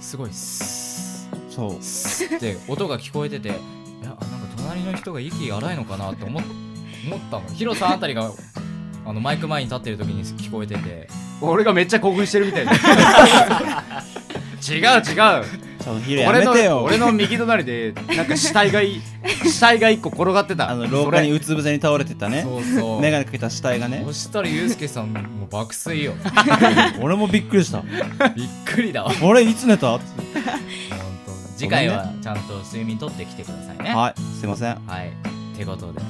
[SPEAKER 4] すごいスー
[SPEAKER 5] そう
[SPEAKER 4] スーって音が聞こえてていやあなんか隣の人が息荒いのかなって思っ思ったのヒロさんあたりがあのマイク前に立ってる時に聞こえてて
[SPEAKER 3] 俺がめっちゃ興奮してるみたいな違う違う
[SPEAKER 5] ちょヒロやめてよ
[SPEAKER 3] 俺の俺の右隣でなんか死体がい死体が一個転がってたあの
[SPEAKER 5] 廊下にうつ伏せに倒れてたね
[SPEAKER 4] そうそう
[SPEAKER 5] 眼鏡かけた死体がね
[SPEAKER 4] そしたらユうスケさんもう爆睡よ
[SPEAKER 5] 俺もびっくりした
[SPEAKER 4] びっくり だわ
[SPEAKER 5] 俺いつ寝た
[SPEAKER 4] 次回はちゃんと睡眠とってきてくださいね
[SPEAKER 5] はいすいません
[SPEAKER 4] はいってことで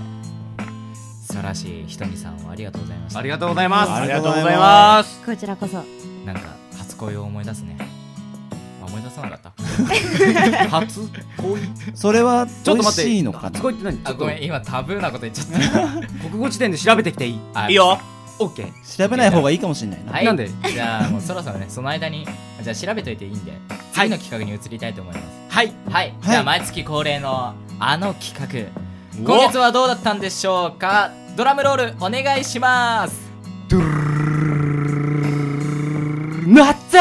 [SPEAKER 4] 素晴らしいひとみさんをありがとうございました
[SPEAKER 3] ありがとうございます
[SPEAKER 5] ありがとうございます
[SPEAKER 11] こちらこそ。
[SPEAKER 4] なんか初恋を思い出すねあ思い出さなかった
[SPEAKER 3] 初恋
[SPEAKER 5] それは
[SPEAKER 3] ち
[SPEAKER 5] 美
[SPEAKER 3] ょっと
[SPEAKER 5] 味
[SPEAKER 3] 待って
[SPEAKER 5] しいのかな
[SPEAKER 3] 初恋って何
[SPEAKER 4] あごめん今タブーなこと言っちゃっ
[SPEAKER 3] 国語辞典で調べてきていい
[SPEAKER 4] た
[SPEAKER 3] オッケー
[SPEAKER 5] 調べない方がいいかもしれないな、
[SPEAKER 4] はい
[SPEAKER 3] なんで
[SPEAKER 4] じゃあもうそろそろねその間にじゃあ調べといていいんで次の企画に移りたいと思います
[SPEAKER 3] はい
[SPEAKER 4] はい、じゃあ毎月恒例のあの企画今月はどうだったんでしょうかドラムロールお願いします
[SPEAKER 3] なっぜ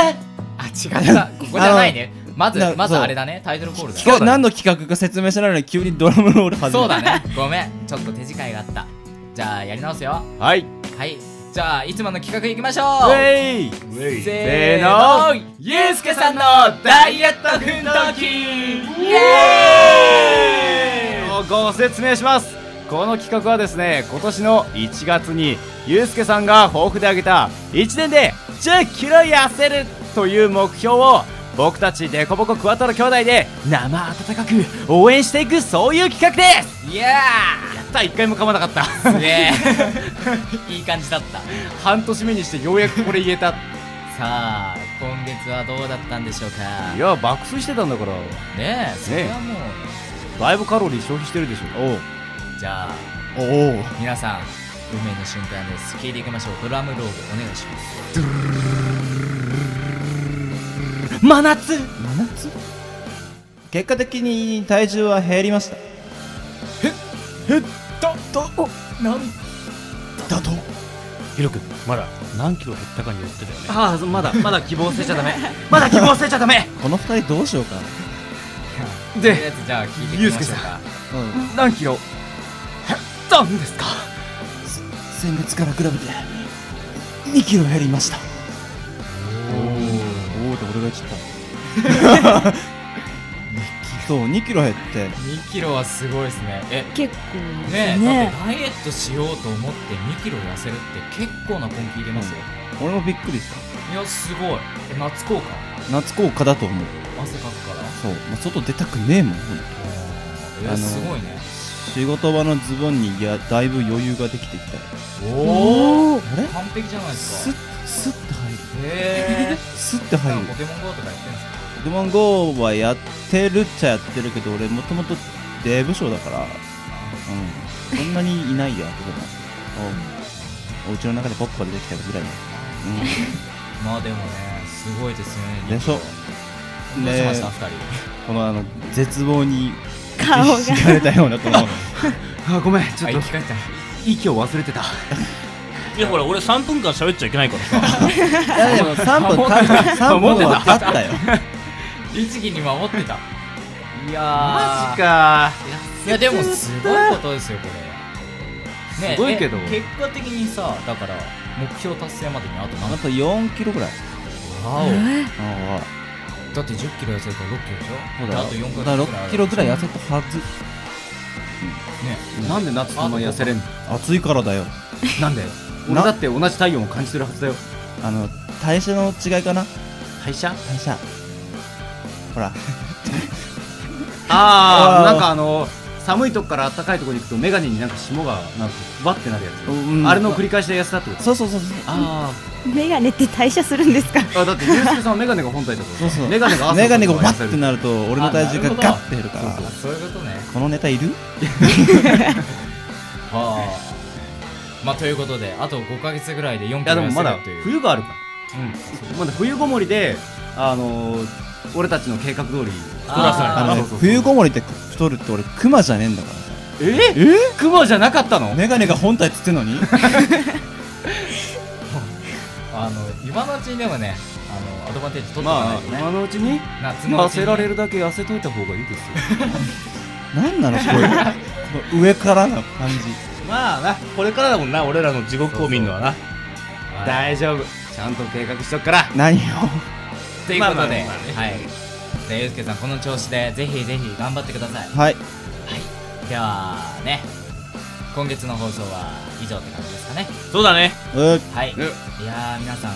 [SPEAKER 4] あ違ったここじゃないねまず
[SPEAKER 5] な
[SPEAKER 4] まず
[SPEAKER 5] そう
[SPEAKER 4] あれだねタイトルコールだね
[SPEAKER 5] 企画何の企画か説明しないのに急にドラムロール始め
[SPEAKER 4] そうだねごめんちょっと手違いがあったじゃあやり直すよ
[SPEAKER 3] はい
[SPEAKER 4] はいじゃあいつもの企画いきましょ
[SPEAKER 3] ウ
[SPEAKER 4] う
[SPEAKER 3] ェイ
[SPEAKER 4] せー
[SPEAKER 3] せ
[SPEAKER 4] の
[SPEAKER 3] ー
[SPEAKER 4] ゆうすけさんのダイエット奮闘記イエーイ
[SPEAKER 3] ご説明しますこの企画はですね今年の1月にゆうすけさんが抱負で挙げた1年で1 0キロ痩せるという目標を
[SPEAKER 14] 僕たちデコボコクワトロ兄弟で生温かく応援していくそういう企画ですイエーやった一回も噛まなかったす
[SPEAKER 4] げ
[SPEAKER 14] えいい感 じだった 半年目にしてようやくこれ言えた
[SPEAKER 4] さあ今月はどうだったんでしょうか
[SPEAKER 14] いや爆睡してたんだから
[SPEAKER 4] ねえそれはもう、
[SPEAKER 14] だいぶカロリー消費してるでしょお
[SPEAKER 4] じゃあ
[SPEAKER 14] おお
[SPEAKER 4] 皆さん運命の瞬間です聞いていきましょうドラムロールお願いします
[SPEAKER 15] 真夏
[SPEAKER 5] 真夏結果的に体重は減りました
[SPEAKER 15] えっととなんだと
[SPEAKER 2] ヒロ君まだ何キロ減ったかによってだよね
[SPEAKER 14] ああまだまだ希望捨てちゃダメまだ希望捨てちゃダメ
[SPEAKER 5] この二人どうしようか
[SPEAKER 14] で
[SPEAKER 4] とりあえずじゃあ聞いて
[SPEAKER 14] ゆ
[SPEAKER 4] み
[SPEAKER 14] う
[SPEAKER 4] ますしょ
[SPEAKER 14] け
[SPEAKER 4] う
[SPEAKER 14] さ
[SPEAKER 4] か
[SPEAKER 14] ん、何キロ減ったんですか
[SPEAKER 5] 先月から比べて2キロ減りましたおおって俺が言っちゃったそう2キロ減って
[SPEAKER 4] 2キロはすごいですねえ
[SPEAKER 11] 結構
[SPEAKER 4] ねえ
[SPEAKER 5] ね
[SPEAKER 4] だってダイエットしようと思って2キロ痩せるって結構な根気入れますよ、
[SPEAKER 5] 俺もびっくりした
[SPEAKER 4] いやすごいえ夏効果
[SPEAKER 5] 夏効果だと思う
[SPEAKER 4] 汗かくから
[SPEAKER 5] そう、まあ、外出たくねえもんほんと
[SPEAKER 4] え
[SPEAKER 5] あの
[SPEAKER 4] すごいね
[SPEAKER 5] 仕事場のズボンにいやだいぶ余裕ができてきた
[SPEAKER 4] おお
[SPEAKER 5] あれ
[SPEAKER 4] 完璧じゃないです
[SPEAKER 5] ス
[SPEAKER 4] か
[SPEAKER 5] ッスッて入る
[SPEAKER 4] へえ
[SPEAKER 5] スッて入る
[SPEAKER 4] ポケモン GO とかやってんすか
[SPEAKER 5] ポケモン GO はやってるっちゃやってるけど俺もともとデブ症だから、うん、そんなにいないやとかおお家の中でポップが出てきたぐらいだ、
[SPEAKER 4] まあでもねすごいです
[SPEAKER 5] う
[SPEAKER 4] ね
[SPEAKER 5] ん、でしょ
[SPEAKER 4] どうしました
[SPEAKER 5] ね
[SPEAKER 4] 二人
[SPEAKER 5] このあの絶望に
[SPEAKER 4] 顔が
[SPEAKER 5] 打ちひしがれたようなこ の
[SPEAKER 14] あごめんちょっと
[SPEAKER 4] 聞かれた
[SPEAKER 14] 息を忘れてた
[SPEAKER 2] いやほら俺3分間喋っちゃいけないから さ
[SPEAKER 5] いやでも3分
[SPEAKER 4] 守ってた
[SPEAKER 5] 3分は経ったよ
[SPEAKER 4] 律儀に守ってたいやー
[SPEAKER 14] マジか
[SPEAKER 4] いやでもすごいことですよこれ、
[SPEAKER 14] すごいけど
[SPEAKER 4] え結果的にさだから目標達成までにあと
[SPEAKER 5] あ
[SPEAKER 4] 何
[SPEAKER 5] と4キロぐらい
[SPEAKER 4] わお
[SPEAKER 5] え
[SPEAKER 4] だって1 0キロ痩せるから6キロでしょ
[SPEAKER 5] そうだ
[SPEAKER 4] あと4
[SPEAKER 5] だから6キロぐらい痩せたはず
[SPEAKER 4] ね
[SPEAKER 14] なんで夏そんな痩せれんの
[SPEAKER 5] 暑いからだよ
[SPEAKER 14] なんで俺だって同じ体温を感じてるはずだよ
[SPEAKER 5] あの代謝の違いかな
[SPEAKER 14] 代謝
[SPEAKER 5] 代謝ほら
[SPEAKER 14] あ
[SPEAKER 5] あ
[SPEAKER 14] あ
[SPEAKER 5] ー
[SPEAKER 14] なんかあの寒いとこから暖かいとこに行くとメガネになんか霜がなんかふわってなるやつ、
[SPEAKER 5] ん
[SPEAKER 14] あれの繰り返しで痩せたってこと
[SPEAKER 5] そうそうそうそう
[SPEAKER 14] あ
[SPEAKER 11] メガネって代謝するんですか
[SPEAKER 14] あだってユースケさんはメガネが本体だから
[SPEAKER 5] そうそう
[SPEAKER 14] メガネが汗
[SPEAKER 5] メガネが
[SPEAKER 14] をかく
[SPEAKER 5] バ
[SPEAKER 14] から痩せ
[SPEAKER 5] ッ
[SPEAKER 14] る
[SPEAKER 5] てなると俺の体重がガッて減るから
[SPEAKER 4] そうそうそういうことね
[SPEAKER 5] このネタいる
[SPEAKER 4] はあまあということであと5か月ぐらいで4
[SPEAKER 14] い
[SPEAKER 4] キロ
[SPEAKER 14] やで
[SPEAKER 4] 痩
[SPEAKER 14] もま
[SPEAKER 4] せ
[SPEAKER 14] だ
[SPEAKER 4] るという
[SPEAKER 14] 冬があるから、まだ冬ごもりであのー俺たちの計画通り太らせない
[SPEAKER 5] あのね
[SPEAKER 14] そうそうそう
[SPEAKER 5] 冬ごもりって太るって俺クマじゃねえんだからさ
[SPEAKER 14] えクマじゃなかったの
[SPEAKER 5] メガネが本体っつってんの に
[SPEAKER 4] あの今のうちにでもねあのアドバンテージ取っておかな
[SPEAKER 14] ま
[SPEAKER 4] い
[SPEAKER 14] あ
[SPEAKER 4] とね、
[SPEAKER 14] 今のうちに
[SPEAKER 4] 夏のうち
[SPEAKER 14] 痩
[SPEAKER 4] に
[SPEAKER 14] せられるだけ痩せといた方がいいですよ
[SPEAKER 5] なんなのこれこの上からの感じ
[SPEAKER 2] まあなこれからだもんな俺らの地獄を見るのはな
[SPEAKER 14] 大丈夫ちゃんと計画しとくから
[SPEAKER 5] 何を
[SPEAKER 4] ということで、
[SPEAKER 14] まあまあまあま
[SPEAKER 4] はいじゃあゆうすけさんこの調子でぜひぜひ頑張ってください
[SPEAKER 5] はい
[SPEAKER 4] ではね今月の放送は以上って感じですかね
[SPEAKER 2] そうだね
[SPEAKER 5] う
[SPEAKER 4] はいいやー皆さん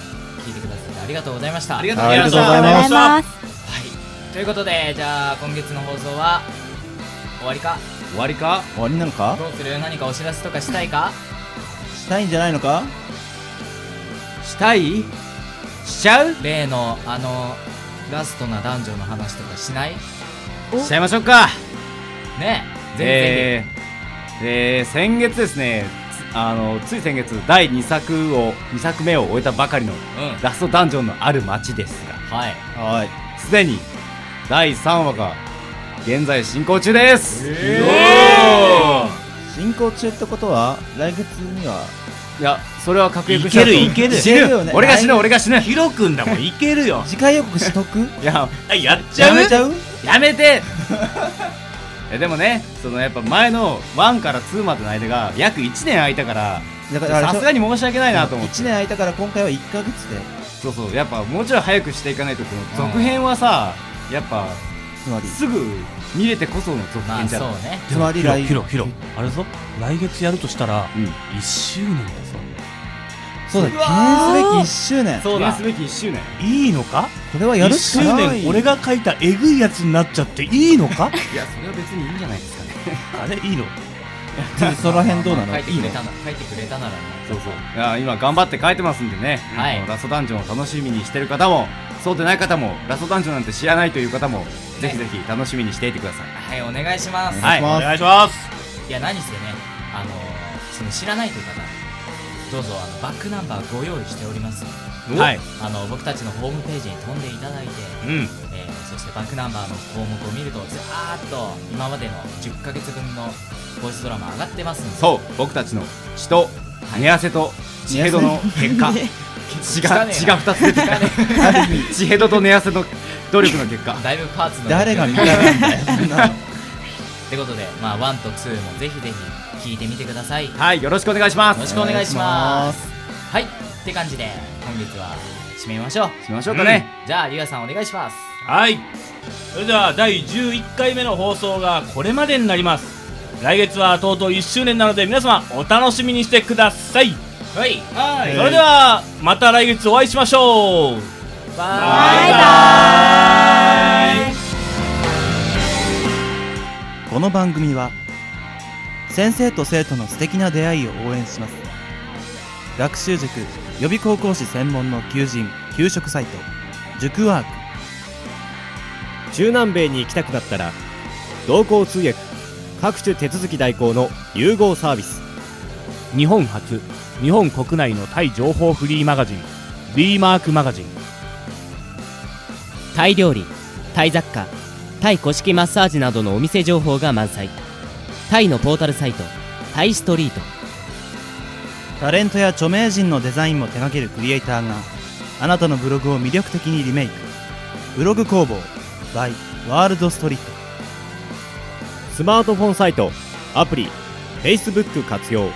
[SPEAKER 4] 聞いてくださってありがとうございましたあ
[SPEAKER 14] りがとうございましたありがとうございます
[SPEAKER 4] はいということでじゃあ今月の放送は終わりか
[SPEAKER 14] 終わりか
[SPEAKER 5] 終わりなのか
[SPEAKER 4] どうする何かお知らせとかしたい か
[SPEAKER 5] したいんじゃないのか
[SPEAKER 14] したいしちゃう
[SPEAKER 4] 例のあのラストな男女の話とかしない
[SPEAKER 14] しちゃいましょうか
[SPEAKER 4] ねえ
[SPEAKER 14] えーえー先月ですねつあのつい先月第2作を2作目を終えたばかりの
[SPEAKER 4] う
[SPEAKER 14] 「ラストダンジョンのある街」です
[SPEAKER 4] はい
[SPEAKER 14] がはいすでに第3話が現在進行中ですおー
[SPEAKER 5] 進行中ってことは来月にはい
[SPEAKER 14] やそれは確約
[SPEAKER 2] い
[SPEAKER 14] した
[SPEAKER 2] け
[SPEAKER 14] と
[SPEAKER 2] るいける
[SPEAKER 14] 死ぬ俺が死ぬ俺が死ぬ
[SPEAKER 2] ヒロ君だもんいけるよ
[SPEAKER 5] 次回予告しとく
[SPEAKER 14] いや
[SPEAKER 2] やっちゃう
[SPEAKER 5] やめちゃう
[SPEAKER 14] やめて えでもねそのやっぱ前の1から2までの間が約1年空いたから
[SPEAKER 5] だからあれでしょ
[SPEAKER 14] さすがに申し訳ないなと思って
[SPEAKER 5] 1年空いたから今回は1ヶ月で
[SPEAKER 14] そうそうやっぱもうちょい早くしていかないとこの続編はさやっぱ
[SPEAKER 5] つまり
[SPEAKER 14] すぐ見れてこその続編じゃん、
[SPEAKER 4] まあそうね
[SPEAKER 5] つまり
[SPEAKER 2] ヒロ
[SPEAKER 5] 来
[SPEAKER 2] ヒロヒロあれぞ来月やるとしたら、1周年だぞ
[SPEAKER 5] そうだ記念すべき1周年
[SPEAKER 2] そうだ
[SPEAKER 14] 記念すべき1周年
[SPEAKER 2] いいのか
[SPEAKER 5] これはやるしかない
[SPEAKER 2] 1周年俺が書いたえぐいやつになっちゃっていいのか
[SPEAKER 14] いやそれは別にいいんじゃないですかね
[SPEAKER 2] あれいいの
[SPEAKER 5] その辺どうなの
[SPEAKER 4] 書いてくれたな書いてくれたならね
[SPEAKER 14] そうそういや今頑張って書いてますんでね、
[SPEAKER 4] はい
[SPEAKER 14] ラストダンジョンを楽しみにしてる方もそうでない方もラストダンジョンなんて知らないという方も、ぜひぜひ楽しみにしていてください
[SPEAKER 4] はいお願いします
[SPEAKER 14] はいお願いし
[SPEAKER 4] ますいや何せねあのその知らないという方どうぞあのバックナンバーご用意しております
[SPEAKER 2] おはい
[SPEAKER 4] あの僕たちのホームページに飛んでいただいて、
[SPEAKER 2] うん
[SPEAKER 4] えーそしてバックナンバーの項目を見るとずらーっと今までの10ヶ月分のボイスドラマ上がってますんで
[SPEAKER 14] そう僕たちの血と寝汗と血ヘドの結果
[SPEAKER 4] 寝汗
[SPEAKER 14] 血が血が2つ出てきたある意味血ヘドと寝汗の努力の 結果
[SPEAKER 4] だいぶパーツの
[SPEAKER 14] 誰が見たんだよそんなの
[SPEAKER 4] ってことで、まあ、1と2もぜひぜひ聞いてみてください
[SPEAKER 14] はいよろしくお願いします
[SPEAKER 4] よろしくお願いしますはいって感じで本日は締めましょう
[SPEAKER 14] しましょうかね、
[SPEAKER 4] じゃあゆうやさんお願いします
[SPEAKER 2] はいそれでは第11回目の放送がこれまでになります来月はとうとう1周年なので皆様お楽しみにしてください
[SPEAKER 4] はいはい
[SPEAKER 2] それではまた来月お会いしましょう
[SPEAKER 4] バ
[SPEAKER 2] イバイ
[SPEAKER 5] この番組は先生と生徒の素敵な出会いを応援します学習塾予備高校師専門の求人・給食サイト塾ワーク
[SPEAKER 3] 中南米に行きたくなったら同行通訳各種手続き代行の融合サービス
[SPEAKER 2] 日本初日本国内のタイ情報フリーマガジン D マークマガジン
[SPEAKER 16] タイ料理タイ雑貨タイ古式マッサージなどのお店情報が満載タイのポータルサイトタイストリート
[SPEAKER 5] タレントや著名人のデザインも手掛けるクリエイターがあなたのブログを魅力的にリメイクブログ工房 by ワールドストリート
[SPEAKER 3] スマートフォンサイトアプリ Facebook 活用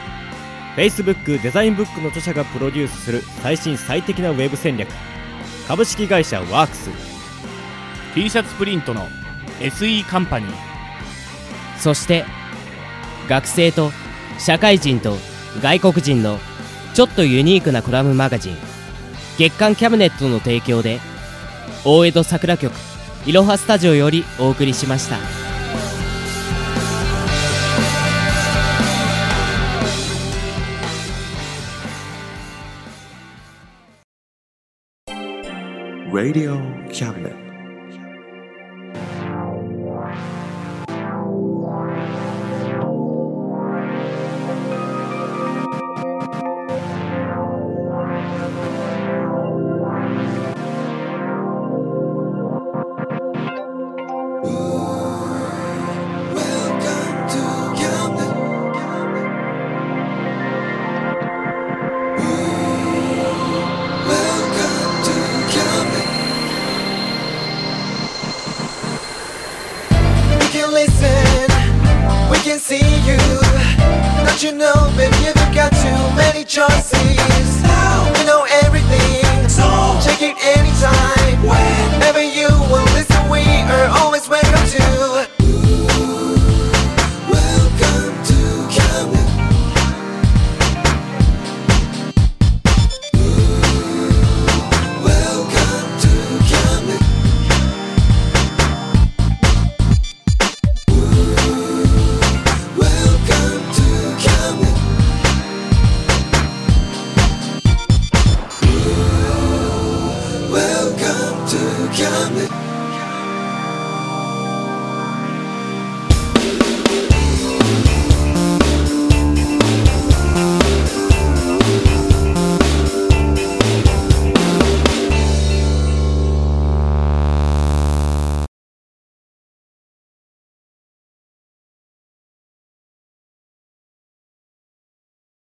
[SPEAKER 3] Facebook デザインブックの著者がプロデュースする最新最適なウェブ戦略株式会社ワークス
[SPEAKER 2] T シャツプリントの SE カンパニー
[SPEAKER 16] そして学生と社会人と外国人のちょっとユニークなコラムマガジン月刊キャビネットの提供で大江戸桜局いろはスタジオよりお送りしました。
[SPEAKER 1] Radio Cabinet.
[SPEAKER 17] We can listen, we can see you. Don't you know, baby, you've got too many choices. We know everything, so check it anytime. Whenever you will listen, we are always welcome to. Welcome to Camden. Welcome to Camden. Welcome to Camden. Welcome to Camden.